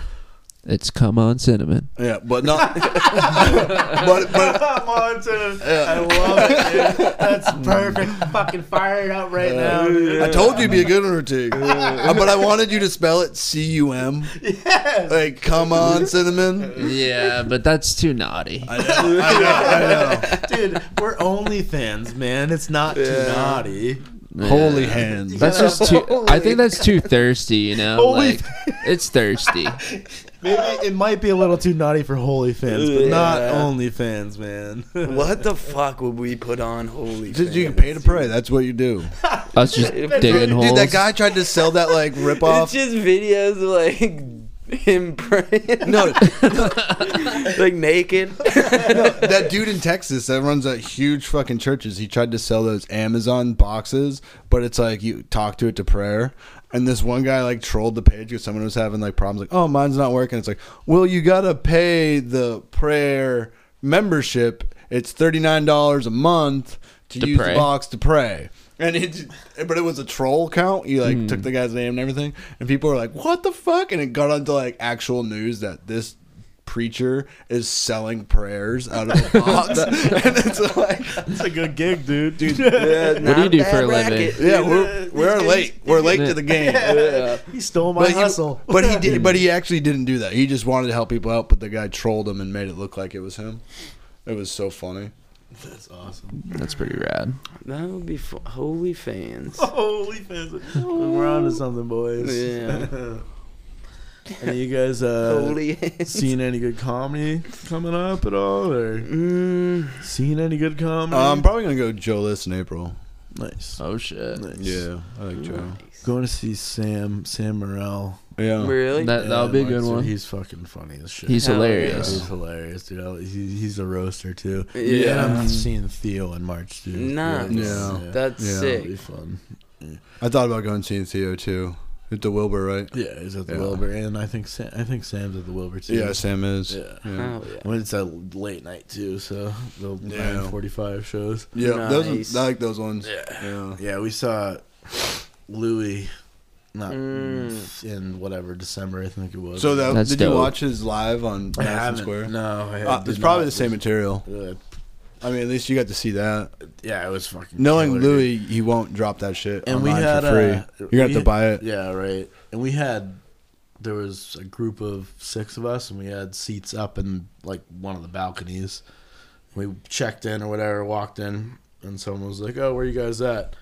S3: It's come on cinnamon.
S4: Yeah, but not. but but
S5: Come on, Tim. I love it, dude. That's perfect. fucking fired up right now. dude.
S4: I told you it'd be a good one or two. Uh, but I wanted you to spell it C U M. Like, come on, cinnamon.
S3: Yeah, but that's too naughty.
S4: I know. I know.
S5: Dude, we're only fans, man. It's not too naughty.
S4: I know. Holy hands.
S3: That's just too. I think that's too thirsty. You know,
S5: Holy
S3: like it's thirsty.
S5: Maybe it might be a little too naughty for holy fans, but not
S2: Yeah.
S5: only fans, man.
S2: What the fuck would we put on? Holy.
S4: Just- you
S2: fan?
S4: can pay to pray. That's what you do.
S3: Us just digging
S4: Dude,
S3: holes.
S4: that guy tried to sell that like
S2: It's
S4: ripoff.
S2: just videos of like him praying,
S4: No,
S2: like naked.
S4: that dude in Texas that runs a huge fucking churches, he tried to sell those Amazon boxes, but it's like you talk to it to prayer. And this one guy like trolled the page because someone was having like problems, like, oh, mine's not working. It's like, well, you gotta pay the prayer membership. It's thirty nine dollars a month to,
S3: To
S4: use
S3: pray.
S4: the box to pray. And it, just- but it was a troll count. He like took the guy's name and everything, and people were like, "What the fuck?" And it got onto like actual news that this preacher is selling prayers out of a box. and it's like,
S5: That's a good gig, dude. Dude,
S4: yeah,
S3: What do you
S2: Not
S3: do
S2: bad
S3: for a living?
S2: racket.
S4: yeah, we're, we're
S2: guys-
S4: late. We're late to the game.
S5: he stole my
S4: But he,
S5: hustle.
S4: but he did. But he actually didn't do that. He just wanted to help people out. But the guy trolled him and made it look like it was him. It was so funny.
S5: That's awesome.
S3: That's pretty rad.
S2: That would be f- holy fans.
S5: Holy fans, we're on to something, boys.
S2: Yeah.
S5: Any you guys uh,
S2: holy.
S5: seen any good comedy coming up at all, or
S2: Mm,
S5: seen any good comedy?
S2: Um,
S4: Uh, I'm probably gonna go Joe List in April.
S5: nice.
S2: Uh,
S3: Oh shit.
S5: nice.
S4: I like Joe.
S5: Going to see Sam Sam Morrell.
S4: Yeah,
S2: really?
S3: That that'll
S5: Yeah,
S3: be a good
S5: Mark, so
S3: one.
S5: He's fucking funny as shit.
S3: He's
S2: Hell
S3: hilarious.
S5: He's hilarious, dude. I- He, he's a roaster too.
S2: Yeah.
S5: And I'm seeing Theo in March too.
S2: Nice.
S4: Yeah.
S2: That's
S4: Yeah.
S5: That'll be
S2: sick.
S5: fun.
S4: I thought about going and seeing Theo too. At the Wilbur, right?
S5: Yeah, he's at the
S4: Yeah.
S5: Wilbur, and I think Sam, I think Sam's at the Wilbur too.
S4: Yeah, Sam is.
S5: Yeah.
S4: Yeah,
S2: Oh, yeah.
S5: When it's a late night too, so the
S4: Yeah.
S5: 9:45 shows.
S4: yeah
S2: Nice.
S4: those. Are, I like those ones. Yeah.
S5: Yeah, we saw Louis, not
S2: Mm.
S5: in whatever December I think it was.
S4: So that
S3: That's
S4: did
S3: dope.
S4: you watch his live on
S5: I
S4: Madison
S5: haven't-
S4: Square?
S5: No, I
S4: Uh,
S5: did
S4: it's probably
S5: not.
S4: the same material.
S5: Uh,
S4: I mean, at least you got to see that.
S5: yeah, it was fucking.
S4: Knowing
S5: killer, dude.
S4: Louis, he won't drop that shit
S5: and we
S4: online
S5: had
S4: for free.
S5: uh,
S4: You're gonna have
S5: we-
S4: to buy it.
S5: Yeah, right. And we had there was a group of six of us, and we had seats up in like one of the balconies. We checked in or whatever, walked in, and someone was like, "Oh, where you guys at?"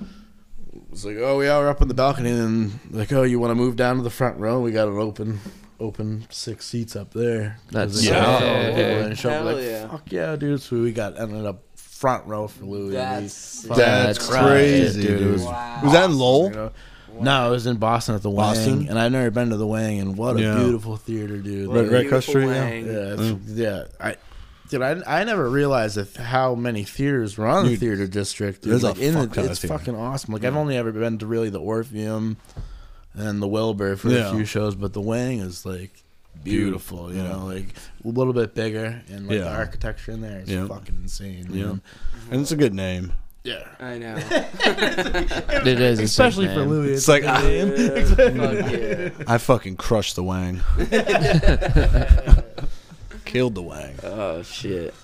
S5: It was like, "Oh, yeah, we're up on the balcony." And like, "Oh, you want to move down to the front row? We got an open." Open six seats up there.
S3: That's
S5: They
S4: Yeah.
S5: saw all the
S3: sick.
S5: "Oh, and showed up,
S2: Hell
S5: like,
S2: yeah.
S5: Fuck yeah, dude! So we got ended up front row for Louis.
S2: That's
S5: We
S4: That's
S3: That's
S4: crazy,
S5: right, dude.
S4: dude. It was,
S2: Wow.
S4: was that in Lowell?
S5: you know? No, I was in Boston at the Wang,
S4: Boston?
S5: and I've never been to the Wang, and what a
S4: Yeah. Mm.
S5: beautiful theater, dude.
S4: Right, right.
S5: Like,
S4: Cut Street, yeah.
S5: Yeah, it's- yeah. I, dude, I, I never realized that how many theaters were on the
S4: Dude,
S5: theater district. Dude.
S4: there's a
S5: Like, in
S4: fuck ton
S5: the,
S4: of
S5: it's
S4: theater.
S5: fucking awesome. Like I've only ever been to really the Orpheum and the Wilbur for
S4: Yeah.
S5: a few shows, but the Wang is like beautiful. You
S4: Yeah.
S5: know, like a little bit bigger, and like the
S4: Yeah.
S5: architecture in there is
S4: Yeah.
S5: fucking insane.
S4: Yeah.
S5: man.
S4: And it's a good name.
S5: yeah.
S2: I know.
S3: It is,
S5: Especially for Louis,
S4: It's like I,
S2: Fuck yeah.
S4: I fucking crushed the Wang. Killed the Wang.
S5: Uh,
S2: Oh shit.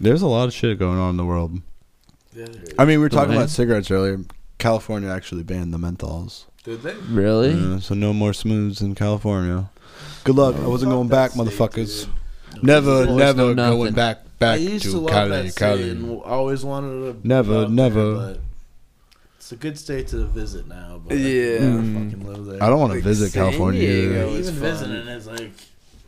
S4: There's a lot of shit going on in the world. I mean, we were talking
S3: Wang?
S4: about cigarettes earlier. California actually banned the menthols.
S5: Did they?
S3: Really?
S4: Yeah, so no more smooths in California. Good luck. I wasn't going back, motherfuckers. Never,
S3: Always
S4: never
S3: know
S4: going
S3: nothing.
S4: back, back
S5: I used to,
S4: to
S5: love
S4: Cali,
S5: that state
S4: Cali.
S5: and always wanted to.
S4: Never,
S5: go out there,
S4: never.
S5: but it's a good state to visit now. But
S2: Yeah.
S5: I don't fucking live there.
S4: Mm. I don't want to
S2: Like
S4: visit
S2: San
S4: California.
S2: Diego.
S4: either.
S2: It
S5: even
S2: was fun.
S5: visiting is like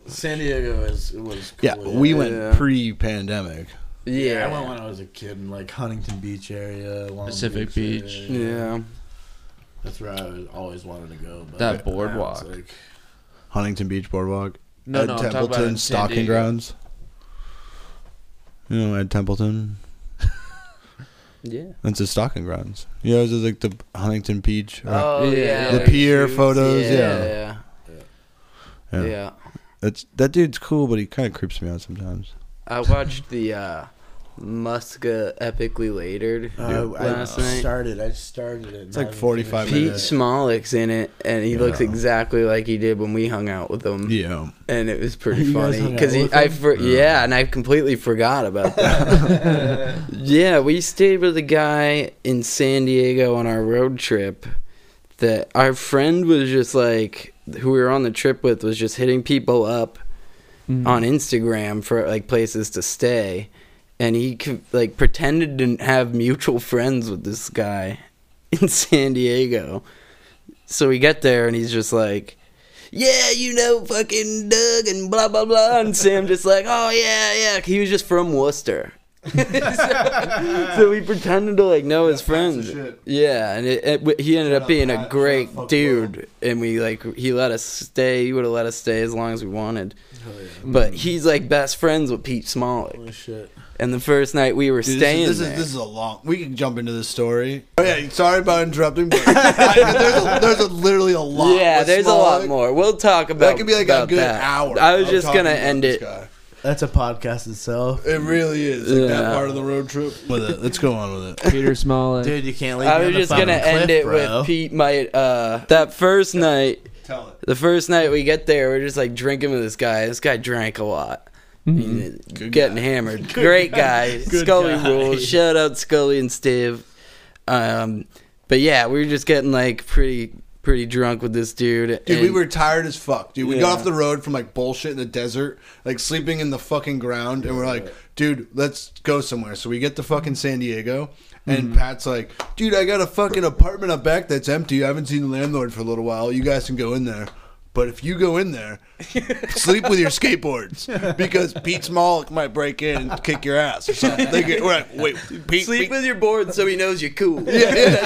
S5: San Diego is it was. Cool,
S4: Yeah, we went
S2: Yeah.
S4: pre-pandemic.
S5: Yeah, I
S2: Yeah.
S5: went when I was a kid in like Huntington Beach area, Long
S3: Pacific Beach.
S5: area.
S2: Yeah.
S5: that's where I was, always wanted to go. But
S3: That
S5: now it's
S3: boardwalk.
S5: like-
S4: Huntington Beach Boardwalk.
S3: No,
S4: Ed
S3: no, I'm talking about
S4: Templeton
S3: in San
S4: Stocking
S3: Diego.
S4: Grounds. You know Ed Templeton.
S2: Yeah.
S4: That's his Stocking Grounds. You know, it's like the Huntington Beach. or-
S2: Oh yeah.
S3: Yeah. The
S2: like
S4: pier
S2: shoots.
S4: photos, yeah.
S2: Yeah.
S4: Yeah.
S2: Yeah. yeah.
S4: That's that dude's cool, but he kind of creeps me out sometimes.
S2: I watched the uh, Muska epically latered.
S5: Uh, I
S2: Last night.
S5: started. I started it. and
S4: It's like
S5: haven't
S4: 45
S5: finished
S2: Pete
S5: it.
S4: minutes.
S2: Smollick's in it, and he looks
S4: Yeah.
S2: exactly like he did when we hung out with him.
S4: Yeah.
S2: and it was pretty
S5: You guys
S2: funny
S5: hung out
S2: because
S5: with
S2: I
S5: him?
S2: for, yeah, and I completely forgot about that. yeah, we stayed with a guy in San Diego on our road trip. That our friend was just like who we were on the trip with was just hitting people up
S5: Mm-hmm.
S2: on Instagram for like places to stay, and he co- like pretended to have mutual friends with this guy in San Diego. So we get there and he's just like, yeah, you know, fucking Doug and blah blah blah, and Sam just like, oh yeah, yeah. He was just from Worcester. so, so we pretended to like know his friends. Yeah, and it, it, he ended up being a great dude, and we like he let us stay. He would have let us stay as long as we wanted. But he's like best friends with Pete Smolik.
S5: Holy shit.
S2: And the first night we were staying
S4: this, is,
S2: there,
S4: this is a long. We can jump into this story. Oh yeah, sorry about interrupting. But I- there's a, there's a, literally a lot.
S2: yeah,
S4: with
S2: there's a
S4: small-
S2: lot more. We'll talk about
S4: That could be like a
S2: about
S4: good
S2: that.
S4: hour.
S2: I was
S4: of
S2: just
S4: talking
S2: gonna
S4: about
S2: end
S4: this
S2: it.
S4: guy.
S5: That's a podcast itself.
S4: It really is like
S2: Yeah.
S4: that part of the road trip. With it, let's go on with it.
S3: Peter Smollett.
S5: Dude, you can't leave.
S2: I was just gonna end it with Pete. My uh, that first night,
S7: tell it.
S2: The first night we get there, we're just like drinking with this guy. This guy drank a lot. Getting hammered. Great guy. Scully rules. Shout out Scully and Steve. Um, but yeah, we were just getting like pretty pretty drunk with this dude.
S4: Dude, we
S2: and-
S4: were tired as fuck, dude. We
S2: Yeah.
S4: got off the road from like bullshit in the desert, like sleeping in the fucking ground, and we're like, dude, let's go somewhere. So we get to fucking San Diego, and
S2: Mm-hmm.
S4: Pat's like, dude, I got a fucking apartment up back that's empty. I haven't seen the landlord for a little while. You guys can go in there. But if you go in there, sleep with your skateboards because Pete Small might break in and kick your ass or something. They get, we're like, wait, Pete,
S2: Sleep
S4: Pete-
S2: with your board so he knows you're cool.
S4: yeah, yeah, yeah,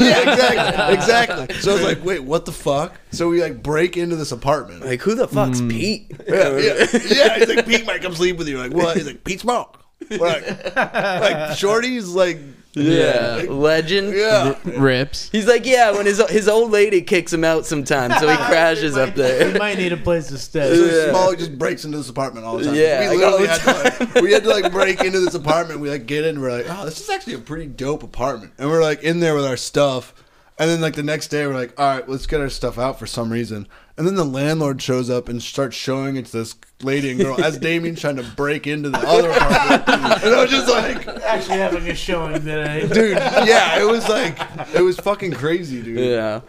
S4: exactly, exactly. So I was like, wait, what the fuck? So we like break into this apartment.
S2: Like who the fuck's Pete?
S4: Yeah, yeah, yeah. He's like, Pete might come sleep with you. Like, what? He's like, Pete Smoke. We're like, like Shorty's like,
S2: Yeah, legend.
S4: yeah.
S3: Rips.
S2: He's like, yeah, when his his old lady kicks him out sometimes, so he crashes up
S5: We
S2: there.
S5: might need a place to
S4: So
S5: stay.
S2: Yeah.
S4: Small just breaks into this apartment all the time.
S2: Yeah,
S4: we
S2: like, all
S4: literally
S2: the
S4: had to, like, we had to like break into this apartment. We like get in. We're like, oh, this is actually a pretty dope apartment. And we're like in there with our stuff. And then like the next day, we're like, all right, let's get our stuff out for some reason. And then the landlord shows up and starts showing it to this lady and girl as Damien's trying to break into the other apartment. and I was just like,
S5: Actually, having a showing today.
S4: dude. Yeah, it was like it was fucking crazy, dude.
S2: Yeah,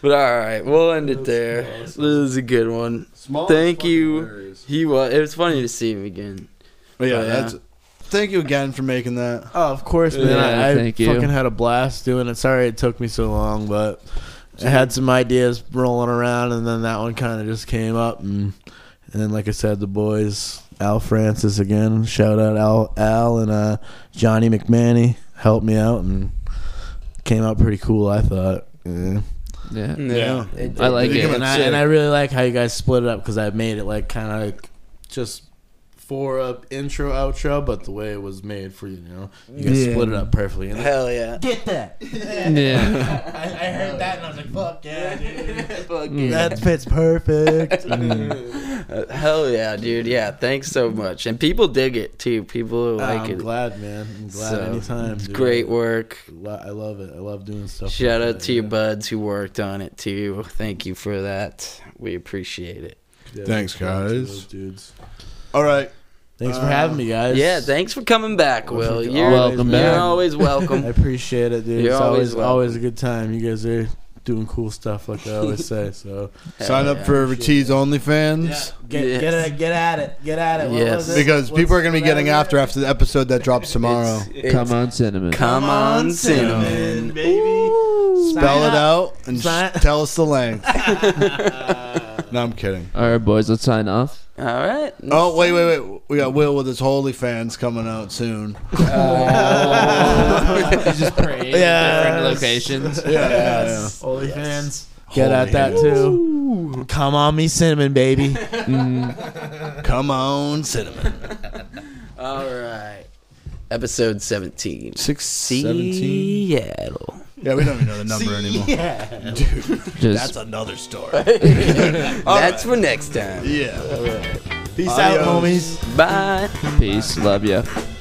S2: but all right, we'll end it there. This is a good one.
S4: Small
S2: Thank
S4: fucking
S2: you.
S4: hilarious.
S2: He was. It was funny to see him again.
S4: But yeah,
S2: Oh, yeah.
S4: that's. Thank you again for making that.
S5: Oh, of course, man.
S3: Yeah,
S5: I, I
S3: thank you.
S5: fucking had a blast doing it. Sorry it took me so long, but I had some ideas rolling around, and then that one kind of just came up. And, and then, like I said, the boys, Al Francis again, shout out Al, Al and uh, Johnny McManny helped me out and came out pretty cool, I thought. Yeah.
S3: Yeah.
S4: Yeah.
S3: I like
S4: Think
S3: it.
S4: about-
S5: And, I,
S4: sick.
S5: and I really like how you guys split it up because I made it like kind of like just for a intro outro, but the way it was made for you, you know, you guys
S2: Yeah.
S5: split it up perfectly. And
S2: Hell yeah.
S5: Get that.
S3: Yeah.
S5: I, I heard that and I was like, fuck yeah, dude.
S2: Fuck
S5: That fits perfect.
S2: Mm. yeah. Uh, Hell yeah, dude. Yeah, thanks so much. And people dig it too. People like
S5: I'm
S2: it.
S5: glad, man. I'm glad
S2: So,
S5: anytime.
S2: It's
S5: dude.
S2: great work.
S5: Lo- I love it. I love doing stuff.
S2: Shout
S5: like
S2: out
S5: that,
S2: to your
S5: yeah.
S2: buds who worked on it too. Thank you for that. We appreciate it.
S5: Yeah,
S4: Thanks,
S5: shout out to
S4: guys.
S5: those dudes.
S4: All right.
S5: Thanks for having me, guys.
S2: Yeah, thanks for coming back, Will. You're,
S3: Welcome
S2: you're
S3: back.
S2: always
S5: I
S2: welcome.
S5: appreciate it, dude.
S2: You're
S5: it's
S2: always
S5: always
S2: welcome.
S5: always a good time. You guys are doing cool stuff, like I always say. So
S4: Sign up for Ortiz OnlyFans
S2: Yes.
S5: get get, it, get at it, get at it. What
S2: Yes.
S5: was it?
S4: because
S5: What's-
S4: people are going to be getting
S5: what was
S4: after after the episode that drops tomorrow.
S2: It's-
S3: Come on, cinnamon.
S2: Come on, cinnamon.
S5: it? baby.
S4: Spell
S5: Sign
S4: it
S5: up.
S4: out and sh-
S5: Sign-
S4: tell us the length. no, I'm kidding.
S3: All right, boys, let's sign off.
S2: All right.
S4: Oh wait, wait, wait. We got Will with his Holy Fans coming out soon.
S2: Oh.
S3: just pray.
S5: Yes.
S3: Different locations.
S4: Yeah, yeah, yeah.
S5: Holy fans. Get at
S4: Holy
S5: that too. Come on me cinnamon baby.
S4: Come on, cinnamon.
S2: All right. Episode 17.
S4: Six,
S2: Seattle.
S4: Yeah, we don't even know the number anymore.
S3: Just
S4: That's another story.
S2: That's for next time.
S4: Yeah.
S5: Peace out,
S4: Adios.
S5: homies.
S2: Bye.
S3: peace. Love you.